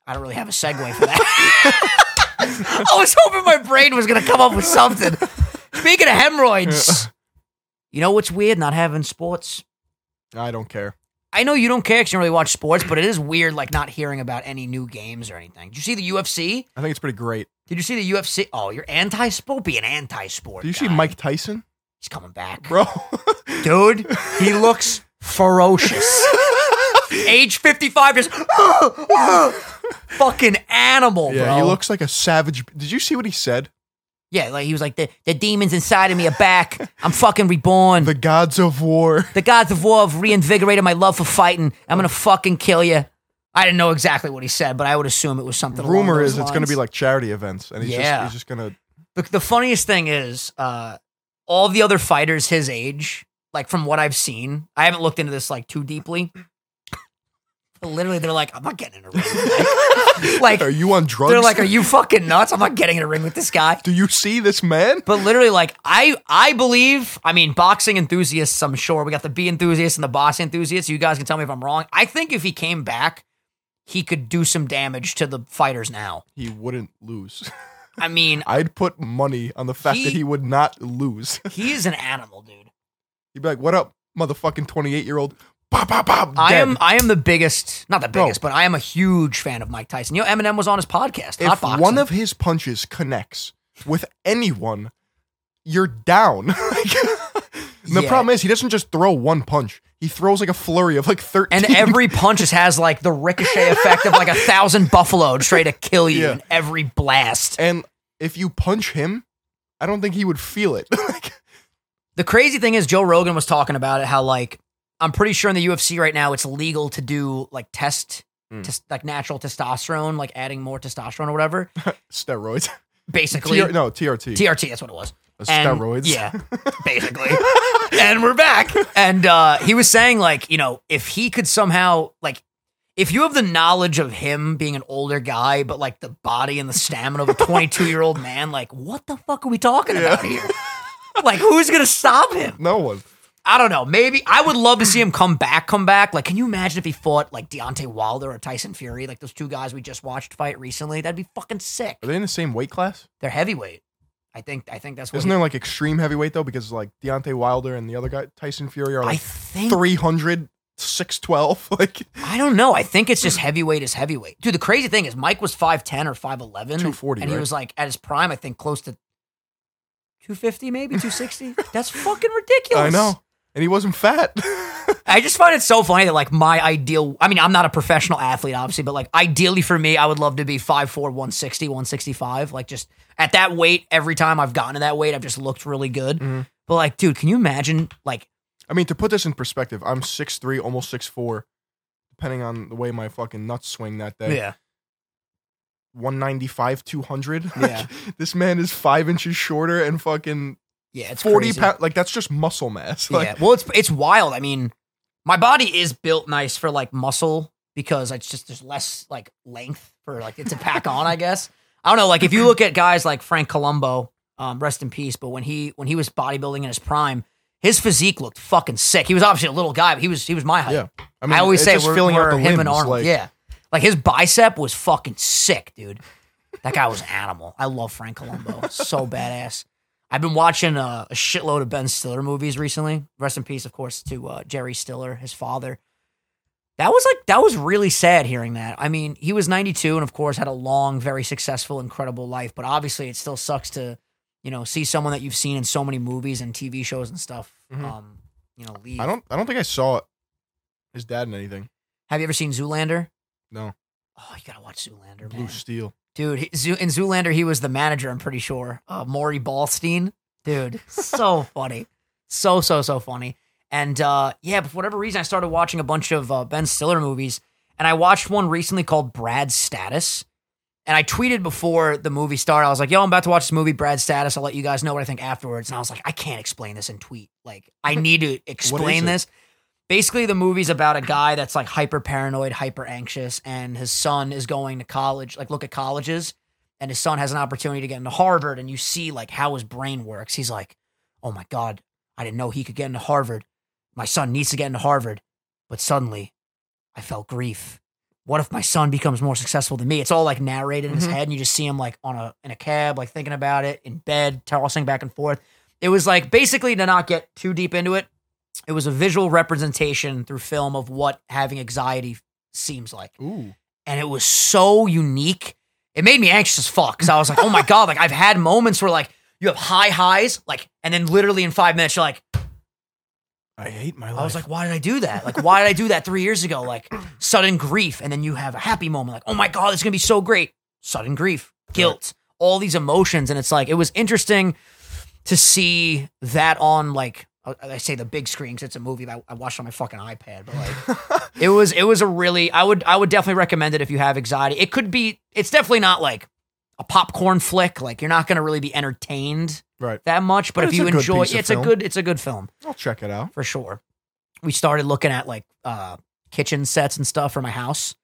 [SPEAKER 1] I don't really have a segue for that. I was hoping my brain was going to come up with something. Speaking of hemorrhoids, you know what's weird? Not having sports.
[SPEAKER 2] I don't care.
[SPEAKER 1] I know you don't care 'cause you don't really watch sports, but it is weird, like not hearing about any new games or anything. Did you see the UFC?
[SPEAKER 2] I think it's pretty great.
[SPEAKER 1] Did you see the UFC? Oh, you're anti-sport. Be an anti-sport.
[SPEAKER 2] Do you see
[SPEAKER 1] guy.
[SPEAKER 2] Mike Tyson,
[SPEAKER 1] He's coming back,
[SPEAKER 2] bro?
[SPEAKER 1] dude. He looks ferocious. Age 55, just fucking animal,
[SPEAKER 2] yeah,
[SPEAKER 1] bro.
[SPEAKER 2] he looks like a savage. Did you see what he said?
[SPEAKER 1] yeah, like he was like the, the demons inside of me are back. I'm fucking reborn.
[SPEAKER 2] The gods of war.
[SPEAKER 1] The gods of war have reinvigorated my love for fighting. I'm gonna fucking kill you. I didn't know exactly what he said, but I would assume it was something. along
[SPEAKER 2] Rumor
[SPEAKER 1] those
[SPEAKER 2] is it's going to
[SPEAKER 1] lines.
[SPEAKER 2] be like charity events, and he's
[SPEAKER 1] Yeah.
[SPEAKER 2] just he's just going to.
[SPEAKER 1] the, the funniest thing is uh, all the other fighters his age, like from what I've seen, I haven't looked into this like too deeply. Literally, they're like, I'm not getting in a ring. with Mike." like,
[SPEAKER 2] Are you on drugs?
[SPEAKER 1] they're like, Are you fucking nuts? I'm not getting in a ring with this guy.
[SPEAKER 2] Do you see this man?
[SPEAKER 1] But literally, like I, I believe. I mean, boxing enthusiasts. I'm sure we got the B enthusiasts and the boxing enthusiasts. You guys can tell me if I'm wrong. I think if he came back, he could do some damage to the fighters now.
[SPEAKER 2] He wouldn't lose.
[SPEAKER 1] I mean,
[SPEAKER 2] I'd put money on the fact that
[SPEAKER 1] He-
[SPEAKER 2] he would not lose.
[SPEAKER 1] he is an animal, dude.
[SPEAKER 2] He'd be like, "What up, motherfucking twenty-eight-year-old?" Bop, bop, bop.
[SPEAKER 1] I
[SPEAKER 2] dead."
[SPEAKER 1] am, I am the biggest, not the
[SPEAKER 2] Bro.
[SPEAKER 1] biggest, but I am a huge fan of Mike Tyson. You know, Eminem was on his podcast.
[SPEAKER 2] If
[SPEAKER 1] Hotboxing.
[SPEAKER 2] one of his punches connects with anyone, you're down. Like, The
[SPEAKER 1] Yeah.
[SPEAKER 2] problem is he doesn't just throw one punch. He throws like a flurry of like thirteen.
[SPEAKER 1] and every punch just has like the ricochet effect of like a thousand buffalo just ready to kill you
[SPEAKER 2] Yeah.
[SPEAKER 1] in every blast.
[SPEAKER 2] And if you punch him, I don't think he would feel it. like,
[SPEAKER 1] The crazy thing is, Joe Rogan was talking about it. How like I'm pretty sure in the UFC right now, it's legal to do like test,
[SPEAKER 2] Hmm.
[SPEAKER 1] tes- like natural testosterone, like adding more testosterone or whatever.
[SPEAKER 2] steroids.
[SPEAKER 1] Basically,
[SPEAKER 2] TR- no TRT.
[SPEAKER 1] TRT. That's what it was. And-
[SPEAKER 2] steroids.
[SPEAKER 1] Yeah, basically. and we're back. And uh, he was saying, like, you know, if he could somehow, like, if you have the knowledge of him being an older guy, but like the body and the stamina of a 22 year old man, like, what the fuck are we talking about here? Like, who's gonna stop him?
[SPEAKER 2] No one.
[SPEAKER 1] I don't know. Maybe I would love to see him come back, come back. Like, can you imagine if he fought like Deontay Wilder or Tyson Fury, like those two guys we just watched fight recently? That'd be fucking sick.
[SPEAKER 2] Are they in the same weight class?
[SPEAKER 1] They're heavyweight. I think. I think that's what.
[SPEAKER 2] Isn't
[SPEAKER 1] he-
[SPEAKER 2] there like extreme heavyweight though? Because like Deontay Wilder and the other guy, Tyson Fury, are
[SPEAKER 1] I
[SPEAKER 2] like
[SPEAKER 1] think
[SPEAKER 2] 300, 612. Like
[SPEAKER 1] I don't know. I think it's just heavyweight is heavyweight. Dude, the crazy thing is Mike was 5'10 or 5'11.
[SPEAKER 2] 240,
[SPEAKER 1] And he
[SPEAKER 2] right?
[SPEAKER 1] was like at his prime, I think close to 250, maybe 260. That's fucking ridiculous.
[SPEAKER 2] I know. And he wasn't fat.
[SPEAKER 1] I just find it so funny that like my ideal I mean, I'm not a professional athlete, obviously, but like ideally for me, I would love to be 5'4, 160, 165. Like just at that weight, every time I've gotten to that weight, I've just looked really good.
[SPEAKER 2] Mhm.
[SPEAKER 1] But like, dude, can you imagine like
[SPEAKER 2] I mean, to put this in perspective, I'm 6'3, almost 6'4, depending on the way my fucking nuts swing that day. 195, 200.
[SPEAKER 1] Yeah.
[SPEAKER 2] this man is five inches shorter and fucking
[SPEAKER 1] Yeah, it's
[SPEAKER 2] 40
[SPEAKER 1] crazy.
[SPEAKER 2] pounds. Like, that's just muscle mass. Like,
[SPEAKER 1] yeah. Well, it's it's wild. I mean, my body is built nice for like muscle because it's just there's less like length for like it to pack on. I guess I don't know. Like if you look at guys like Frank Colombo, um, rest in peace. But when he when he was bodybuilding in his prime, his physique looked fucking sick. He was obviously a little guy, but he was he was my height.
[SPEAKER 2] Yeah.
[SPEAKER 1] I, always
[SPEAKER 2] it's
[SPEAKER 1] say
[SPEAKER 2] just
[SPEAKER 1] we're,
[SPEAKER 2] filling
[SPEAKER 1] we're
[SPEAKER 2] out the
[SPEAKER 1] him
[SPEAKER 2] limbs,
[SPEAKER 1] and Arnold.
[SPEAKER 2] Like,
[SPEAKER 1] yeah, like his bicep was fucking sick, dude. That guy was an animal. I love Frank Colombo. So badass. I've been watching uh, a shitload of Ben Stiller movies recently. Rest in peace, of course, to uh, Jerry Stiller, his father. That was like that was really sad hearing that. I mean, he was 92 and of course had a long, very successful, incredible life, but obviously it still sucks to, you know, see someone that you've seen in so many movies and TV shows and stuff
[SPEAKER 2] Mhm.
[SPEAKER 1] um, you know, leave.
[SPEAKER 2] I don't, I don't think I saw his dad in anything.
[SPEAKER 1] Have you ever seen Zoolander?
[SPEAKER 2] No.
[SPEAKER 1] Oh, you gotta watch Zoolander,
[SPEAKER 2] Blue
[SPEAKER 1] man.
[SPEAKER 2] Steel.
[SPEAKER 1] Dude, he, Zoo, in Zoolander, he was the manager, I'm pretty sure. Uh, Maury Ballstein. Dude, so funny. So, so, so funny. And uh, yeah, but for whatever reason, I started watching a bunch of uh, Ben Stiller movies. And I watched one recently called Brad's Status. And I tweeted before the movie started, I was like, yo, I'm about to watch this movie, Brad's Status. I'll let you guys know what I think afterwards. And I was like, I can't explain this in tweet. Like, I need to explain
[SPEAKER 2] it?
[SPEAKER 1] this basically the movie's about a guy that's like hyper paranoid, hyper anxious, and his son is going to college, like look at colleges, and his son has an opportunity to get into Harvard, and you see like how his brain works. He's like, Oh my God, I didn't know he could get into Harvard. My son needs to get into Harvard. But suddenly I felt grief. What if my son becomes more successful than me? It's all like narrated in his
[SPEAKER 2] Mhm.
[SPEAKER 1] head, and you just see him like on a in a cab, like thinking about it, in bed, tossing back and forth. It was like basically to not get too deep into it, it was a visual representation through film of what having anxiety seems like.
[SPEAKER 2] Ooh.
[SPEAKER 1] And it was so unique. It made me anxious as fuck because I was like, oh my God, like I've had moments where like you have high highs, like, and then literally in five minutes, you're like,
[SPEAKER 2] I hate my life.
[SPEAKER 1] I was like, why did I do that? Like, why did I do that three years ago? Like, sudden grief. And then you have a happy moment, like, oh my God, this is going to be so great. Sudden grief, guilt, all these emotions. And it's like, it was interesting to see that on, like, I- I say the big screen 'cause it's a movie that I watched on my fucking iPad, but like, it was, it was a really, I would, I would definitely recommend it if you have anxiety. It could be, it's definitely not like, a popcorn flick, like you're not going to really be entertained
[SPEAKER 2] right.
[SPEAKER 1] that much, but,
[SPEAKER 2] But
[SPEAKER 1] if
[SPEAKER 2] it's
[SPEAKER 1] you
[SPEAKER 2] a good
[SPEAKER 1] enjoy,
[SPEAKER 2] piece of
[SPEAKER 1] it's a
[SPEAKER 2] film.
[SPEAKER 1] good, it's a good film
[SPEAKER 2] I'll check it out.
[SPEAKER 1] for sure. We started looking at like uh kitchen sets and stuff for my house.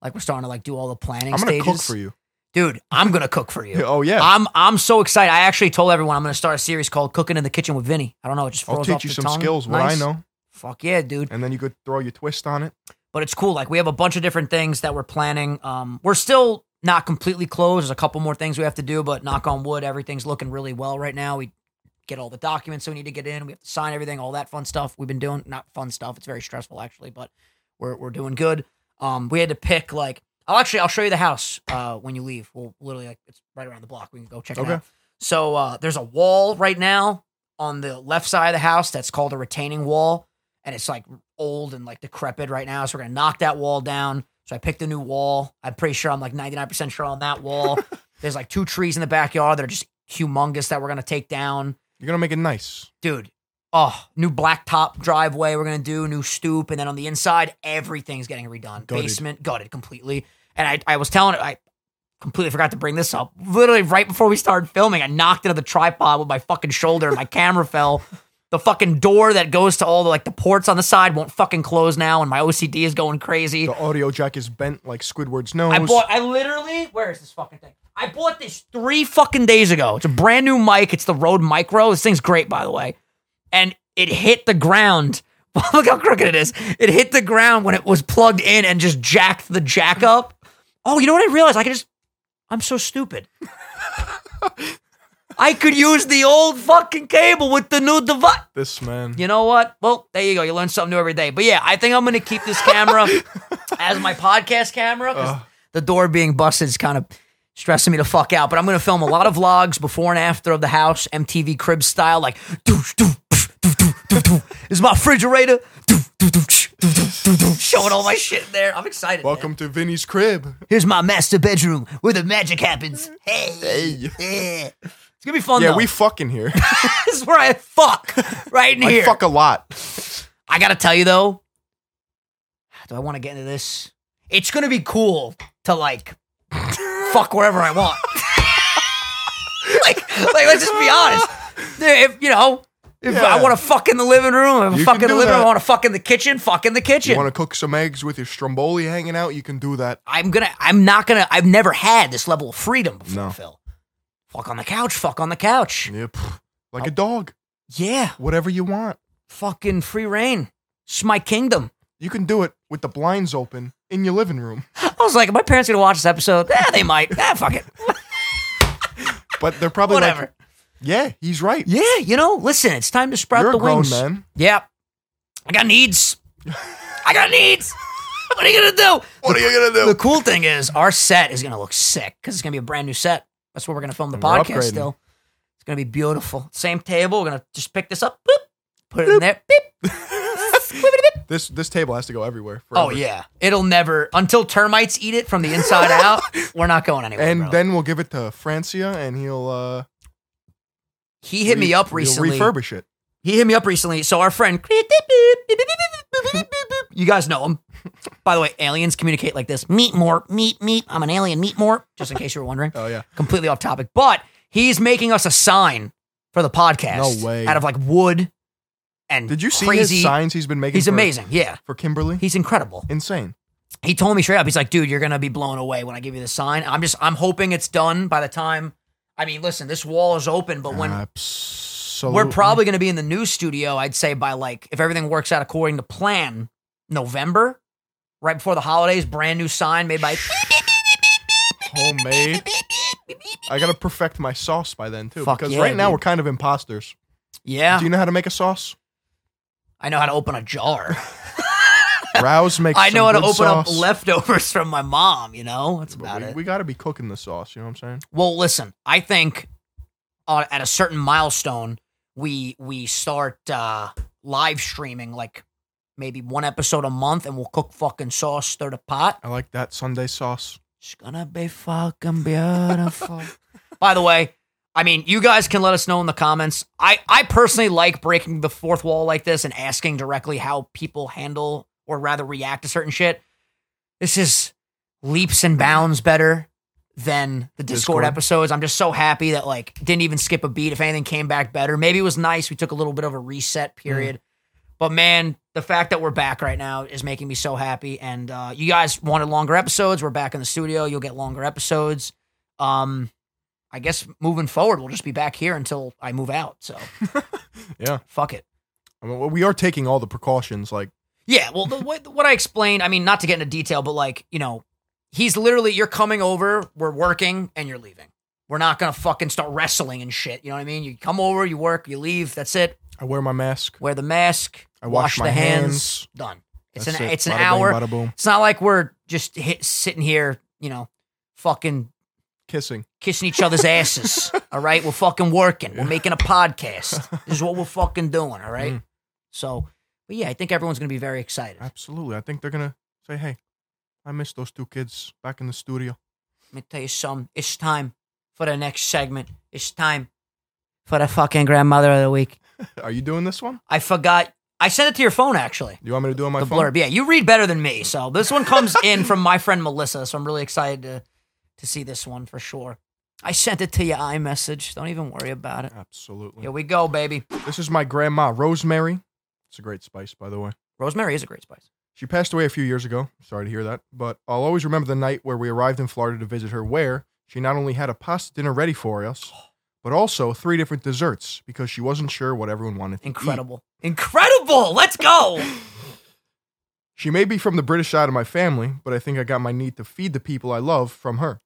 [SPEAKER 1] Like we're starting to like do all the planning
[SPEAKER 2] I'm gonna
[SPEAKER 1] stages. Ah,
[SPEAKER 2] cook for you.
[SPEAKER 1] Dude, I'm gonna cook for you.
[SPEAKER 2] Oh yeah,
[SPEAKER 1] I'm I'm so excited. I actually told everyone I'm gonna start a series called Cooking in the Kitchen with Vinny. I don't know, it just froze
[SPEAKER 2] I'll
[SPEAKER 1] off
[SPEAKER 2] teach you
[SPEAKER 1] the
[SPEAKER 2] some
[SPEAKER 1] tongue.
[SPEAKER 2] skills. What I
[SPEAKER 1] Nice.
[SPEAKER 2] know,
[SPEAKER 1] Fuck yeah, dude.
[SPEAKER 2] and then you could throw your twist on it.
[SPEAKER 1] But it's cool. Like we have a bunch of different things that we're planning. Um we're still not completely closed. There's a couple more things we have to do, but knock on wood, everything's looking really well right now. We get all the documents we need to get in. We have to sign everything, all that fun stuff we've been doing. Not fun stuff. It's very stressful actually, but we're we're doing good. Um, we had to pick like I'll actually I'll show you the house uh when you leave. We'll literally like it's right around the block. We can go check it
[SPEAKER 2] Okay.
[SPEAKER 1] out. So uh, there's a wall right now on the left side of the house that's called a retaining wall, and it's like old and like decrepit right now. So we're gonna knock that wall down. So I picked a new wall. I'm pretty sure I'm like 99% sure on that wall. There's like two trees in the backyard that are just humongous that we're gonna take down
[SPEAKER 2] You're gonna make it nice.
[SPEAKER 1] dude. Oh, new blacktop driveway we're gonna do, new stoop, and then on the inside, everything's getting redone.
[SPEAKER 2] Gutted.
[SPEAKER 1] Basement gutted completely. And I, I was telling it, I completely forgot to bring this up. Literally right before we started filming, I knocked into the tripod with my fucking shoulder and my camera fell. The fucking door that goes to all the like the ports on the side won't fucking close now, and my OCD is going crazy.
[SPEAKER 2] The audio jack is bent like Squidward's nose.
[SPEAKER 1] I bought. I literally. Where is this fucking thing? I bought this three fucking days ago. It's a brand new mic. It's the Rode Micro. This thing's great, by the way. And it hit the ground. Look how crooked it is. It hit the ground when it was plugged in and just jacked the jack up. Oh, you know what I realized? I could just. I'm so stupid. I could use the old fucking cable with the new device.
[SPEAKER 2] this man.
[SPEAKER 1] You know what? Well, there you go. You learn something new every day. But yeah, I think I'm going to keep this camera as my podcast camera. 'cause The door being busted is kind of stressing me to fuck out. But I'm going to film a lot of vlogs before and after of the house, MTV crib style, like doosh, doosh, psh, doosh, doosh, doosh, doosh. This is my refrigerator. Doosh, doosh, doosh, doosh, doosh, doosh, doosh. Showing all my shit in there. I'm excited. man.
[SPEAKER 2] Welcome to Vinny's crib.
[SPEAKER 1] Here's my master bedroom where the magic happens. Hey, yeah. it's gonna be fun.
[SPEAKER 2] Yeah,
[SPEAKER 1] though.
[SPEAKER 2] we fucking here.
[SPEAKER 1] this is where I fuck right in
[SPEAKER 2] I
[SPEAKER 1] here.
[SPEAKER 2] fuck a lot.
[SPEAKER 1] I gotta tell you though, do I want to get into this? It's gonna be cool to like fuck wherever I want. like, like let's just be honest. Dude, If you know, if
[SPEAKER 2] Yeah.
[SPEAKER 1] I want to fuck in the living room, if I
[SPEAKER 2] You
[SPEAKER 1] fuck in
[SPEAKER 2] can
[SPEAKER 1] the
[SPEAKER 2] do
[SPEAKER 1] living room, I
[SPEAKER 2] that.
[SPEAKER 1] want to fuck in the kitchen, fuck in the kitchen.
[SPEAKER 2] You want to cook some eggs with your stromboli hanging out? You can do that.
[SPEAKER 1] I'm gonna. I'm not gonna. I've never had this level of freedom before,
[SPEAKER 2] No.
[SPEAKER 1] Phil. Fuck on the couch. Fuck on the couch.
[SPEAKER 2] Yeah, pff, like a dog.
[SPEAKER 1] Yeah.
[SPEAKER 2] Whatever you want.
[SPEAKER 1] Fucking free reign. It's my kingdom.
[SPEAKER 2] You can do it with the blinds open in your living room.
[SPEAKER 1] I was like, are my parents gonna watch this episode? Yeah, they might. Ah, fuck it.
[SPEAKER 2] But they're probably
[SPEAKER 1] Whatever.
[SPEAKER 2] like, yeah, he's right.
[SPEAKER 1] Yeah, you know, listen, it's time to sprout
[SPEAKER 2] You're
[SPEAKER 1] the
[SPEAKER 2] a grown
[SPEAKER 1] wings.
[SPEAKER 2] man.
[SPEAKER 1] Yeah. I got needs. I got needs. What are you gonna do?
[SPEAKER 2] What are you gonna do?
[SPEAKER 1] The cool thing is our set is gonna look sick because it's gonna be a brand new set. That's where we're gonna film the
[SPEAKER 2] And we're
[SPEAKER 1] podcast
[SPEAKER 2] upgrading.
[SPEAKER 1] still. It's gonna be beautiful. Same table, we're gonna just pick this up, boop, put it in there, beep. Squibbity-bip.
[SPEAKER 2] this this table has to go everywhere.
[SPEAKER 1] Oh
[SPEAKER 2] forever.
[SPEAKER 1] yeah. It'll never until termites eat it from the inside out, we're not going anywhere.
[SPEAKER 2] And
[SPEAKER 1] bro.
[SPEAKER 2] then we'll give it to Francia, and he'll uh,
[SPEAKER 1] he hit me
[SPEAKER 2] re-
[SPEAKER 1] up
[SPEAKER 2] he'll
[SPEAKER 1] recently.
[SPEAKER 2] refurbish it.
[SPEAKER 1] He hit me up recently. So our friend, you guys know him. By the way, aliens communicate like this: meet more, meet meet. I'm an alien, meet more. Just in case you were wondering,
[SPEAKER 2] Oh yeah,
[SPEAKER 1] completely off topic. But he's making us a sign for the podcast.
[SPEAKER 2] No way.
[SPEAKER 1] Out of like wood and
[SPEAKER 2] did you see
[SPEAKER 1] crazy.
[SPEAKER 2] his signs he's been making?
[SPEAKER 1] He's
[SPEAKER 2] for,
[SPEAKER 1] amazing. Yeah,
[SPEAKER 2] for Kimberly.
[SPEAKER 1] he's incredible.
[SPEAKER 2] Insane.
[SPEAKER 1] He told me straight up. He's like, dude, you're gonna be blown away when I give you the sign. I'm just, I'm hoping it's done by the time. I mean, listen, this wall is open, but when
[SPEAKER 2] Absolutely.
[SPEAKER 1] we're probably going to be in the new studio, I'd say, by like, if everything works out according to plan, November, right before the holidays, brand new sign made by.
[SPEAKER 2] homemade. I gotta perfect my sauce by then too,
[SPEAKER 1] Fuck
[SPEAKER 2] because
[SPEAKER 1] yeah,
[SPEAKER 2] right now
[SPEAKER 1] dude.
[SPEAKER 2] we're kind of imposters.
[SPEAKER 1] Yeah.
[SPEAKER 2] Do you know how to make a sauce?
[SPEAKER 1] I know how to open a jar.
[SPEAKER 2] Rouse makes.
[SPEAKER 1] I know how to
[SPEAKER 2] some
[SPEAKER 1] open
[SPEAKER 2] good
[SPEAKER 1] up
[SPEAKER 2] sauce.
[SPEAKER 1] leftovers from my mom, you know? That's
[SPEAKER 2] But
[SPEAKER 1] about
[SPEAKER 2] we,
[SPEAKER 1] it.
[SPEAKER 2] we gotta be cooking the sauce. You know what I'm saying?
[SPEAKER 1] Well, listen, I think uh, at a certain milestone, we we start uh, live streaming like maybe one episode a month and we'll cook fucking sauce, stir the pot.
[SPEAKER 2] I like that Sunday sauce.
[SPEAKER 1] It's gonna be fucking beautiful. By the way, I mean, you guys can let us know in the comments. I, I personally like breaking the fourth wall like this and asking directly how people handle or rather react to certain shit. This is leaps and bounds better than the Discord,
[SPEAKER 2] Discord.
[SPEAKER 1] episodes. I'm just so happy that like didn't even skip a beat. If anything came back better, maybe it was nice. We took a little bit of a reset period, But man, the fact that we're back right now is making me so happy. And uh, you guys wanted longer episodes. We're back in the studio. You'll get longer episodes. Um, I guess moving forward, we'll just be back here until I move out. So
[SPEAKER 2] Yeah.
[SPEAKER 1] fuck it.
[SPEAKER 2] I mean, well, we are taking all the precautions. Like,
[SPEAKER 1] Yeah, well, the, what, what I explained, I mean, not to get into detail, but like, you know, he's literally, you're coming over, we're working, and you're leaving. We're not gonna fucking start wrestling and shit. You know what I mean? You come over, you work, you leave. That's it.
[SPEAKER 2] I wear my mask.
[SPEAKER 1] Wear the mask.
[SPEAKER 2] I wash my
[SPEAKER 1] the
[SPEAKER 2] hands.
[SPEAKER 1] Done. It's
[SPEAKER 2] That's
[SPEAKER 1] an
[SPEAKER 2] it.
[SPEAKER 1] it's an
[SPEAKER 2] Bada bing,
[SPEAKER 1] hour.
[SPEAKER 2] bada boom.
[SPEAKER 1] It's not like we're just hit, sitting here, you know, fucking
[SPEAKER 2] Kissing.
[SPEAKER 1] kissing each other's asses. all right, we're fucking working. We're making a podcast. This is what we're fucking doing. All
[SPEAKER 2] Mm.
[SPEAKER 1] right. So, but yeah, I think everyone's gonna be very excited.
[SPEAKER 2] Absolutely. I think they're gonna say, "Hey, I miss those two kids back in the studio."
[SPEAKER 1] Let me tell you something. It's time for the next segment. It's time for the fucking grandmother of the week.
[SPEAKER 2] Are you doing this one?
[SPEAKER 1] I forgot. I sent it to your phone actually.
[SPEAKER 2] You want me to do it on my
[SPEAKER 1] the
[SPEAKER 2] phone?
[SPEAKER 1] blurb. Yeah, you read better than me. So this one comes in from my friend Melissa. So I'm really excited to to see this one for sure. I sent it to your iMessage. Don't even worry about it.
[SPEAKER 2] Absolutely.
[SPEAKER 1] Here we go, baby.
[SPEAKER 2] This is my grandma, Rosemary. It's a great spice, by the way.
[SPEAKER 1] Rosemary is a great spice.
[SPEAKER 2] She passed away a few years ago. Sorry to hear that. But I'll always remember the night where we arrived in Florida to visit her, where she not only had a pasta dinner ready for us, but also three different desserts because she wasn't sure what everyone wanted. to eat.
[SPEAKER 1] Incredible. Incredible. Let's go.
[SPEAKER 2] She may be from the British side of my family, but I think I got my need to feed the people I love from her.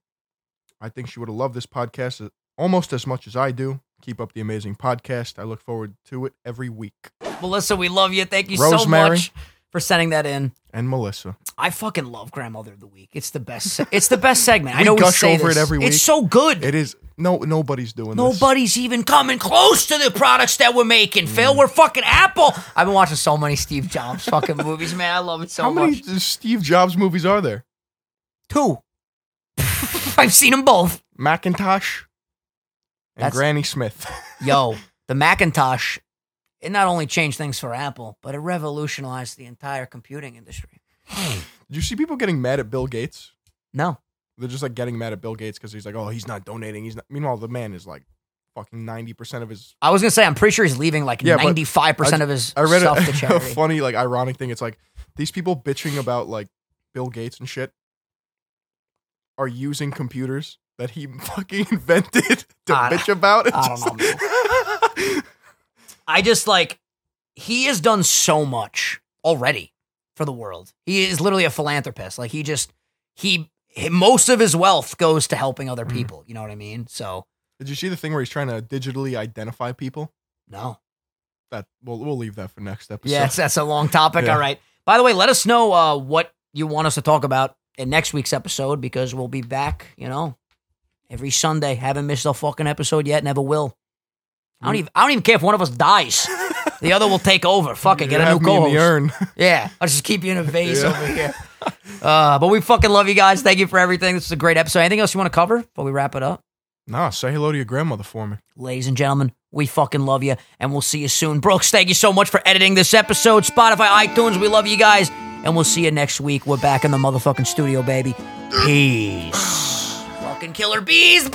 [SPEAKER 2] I think she would have loved this podcast almost as much as I do. Keep up the amazing podcast. I look forward to it every week.
[SPEAKER 1] Melissa, we love you. Thank you so
[SPEAKER 2] Rosemary.
[SPEAKER 1] much for sending that in.
[SPEAKER 2] And Melissa.
[SPEAKER 1] I fucking love Grandmother of the Week. It's the best. se- It's the best segment. I
[SPEAKER 2] We
[SPEAKER 1] know we
[SPEAKER 2] gush
[SPEAKER 1] say
[SPEAKER 2] over
[SPEAKER 1] this.
[SPEAKER 2] it every week.
[SPEAKER 1] It's so good.
[SPEAKER 2] It is no nobody's doing this.
[SPEAKER 1] Nobody's even coming close to the products that we're
[SPEAKER 2] Mm.
[SPEAKER 1] making. Phil, we're fucking Apple. I've been watching so many Steve Jobs fucking movies, man. I love it so
[SPEAKER 2] How many uh,
[SPEAKER 1] much.
[SPEAKER 2] Steve Jobs movies are there?
[SPEAKER 1] Two. I've seen them both.
[SPEAKER 2] Macintosh and
[SPEAKER 1] That's-
[SPEAKER 2] Granny Smith.
[SPEAKER 1] Yo, the Macintosh. It not only changed things for Apple, but it revolutionized the entire computing industry.
[SPEAKER 2] Did you see people getting mad at Bill Gates?
[SPEAKER 1] No,
[SPEAKER 2] They're just like getting mad at Bill Gates because he's like, oh, he's not donating. He's not. Meanwhile, the man is like fucking ninety percent of his
[SPEAKER 1] I was gonna say I'm pretty sure he's leaving like
[SPEAKER 2] Yeah, but
[SPEAKER 1] ninety five percent of his
[SPEAKER 2] I read a,
[SPEAKER 1] stuff to
[SPEAKER 2] a
[SPEAKER 1] charity.
[SPEAKER 2] funny, like, ironic thing. It's like these people bitching about like Bill Gates and shit are using computers that he fucking invented to
[SPEAKER 1] I don't-
[SPEAKER 2] bitch about. It's
[SPEAKER 1] I don't know,
[SPEAKER 2] know.
[SPEAKER 1] I just like he has done so much already for the world. He is literally a philanthropist. Like he just he, he- most of his wealth goes to helping other
[SPEAKER 2] Mhm.
[SPEAKER 1] people. You know what I mean? So
[SPEAKER 2] Did you see the thing where he's trying to digitally identify people?
[SPEAKER 1] no,
[SPEAKER 2] That we'll we'll leave that for next episode.
[SPEAKER 1] yeah, that's, that's a long topic.
[SPEAKER 2] Yeah.
[SPEAKER 1] All right. By the way, let us know uh, what you want us to talk about in next week's episode because we'll be back. You know, every Sunday. Haven't missed a fucking episode yet. Never will. I
[SPEAKER 2] Mm.
[SPEAKER 1] don't even. I don't even care if one of us dies. The other will take over. Fuck it.
[SPEAKER 2] You
[SPEAKER 1] Get a
[SPEAKER 2] have
[SPEAKER 1] new
[SPEAKER 2] me in the
[SPEAKER 1] co-host.
[SPEAKER 2] urn.
[SPEAKER 1] Yeah, I'll just keep you in a vase
[SPEAKER 2] Yeah.
[SPEAKER 1] over here. Uh, but we fucking love you guys. Thank you for everything. This is a great episode. Anything else you want to cover before we wrap it up?
[SPEAKER 2] nah, say hello to your grandmother for me.
[SPEAKER 1] Ladies and gentlemen, we fucking love you, and we'll see you soon. Brooks, thank you so much for editing this episode. Spotify, iTunes, we love you guys, and we'll see you next week. We're back in the motherfucking studio, baby. Peace. fucking killer bees.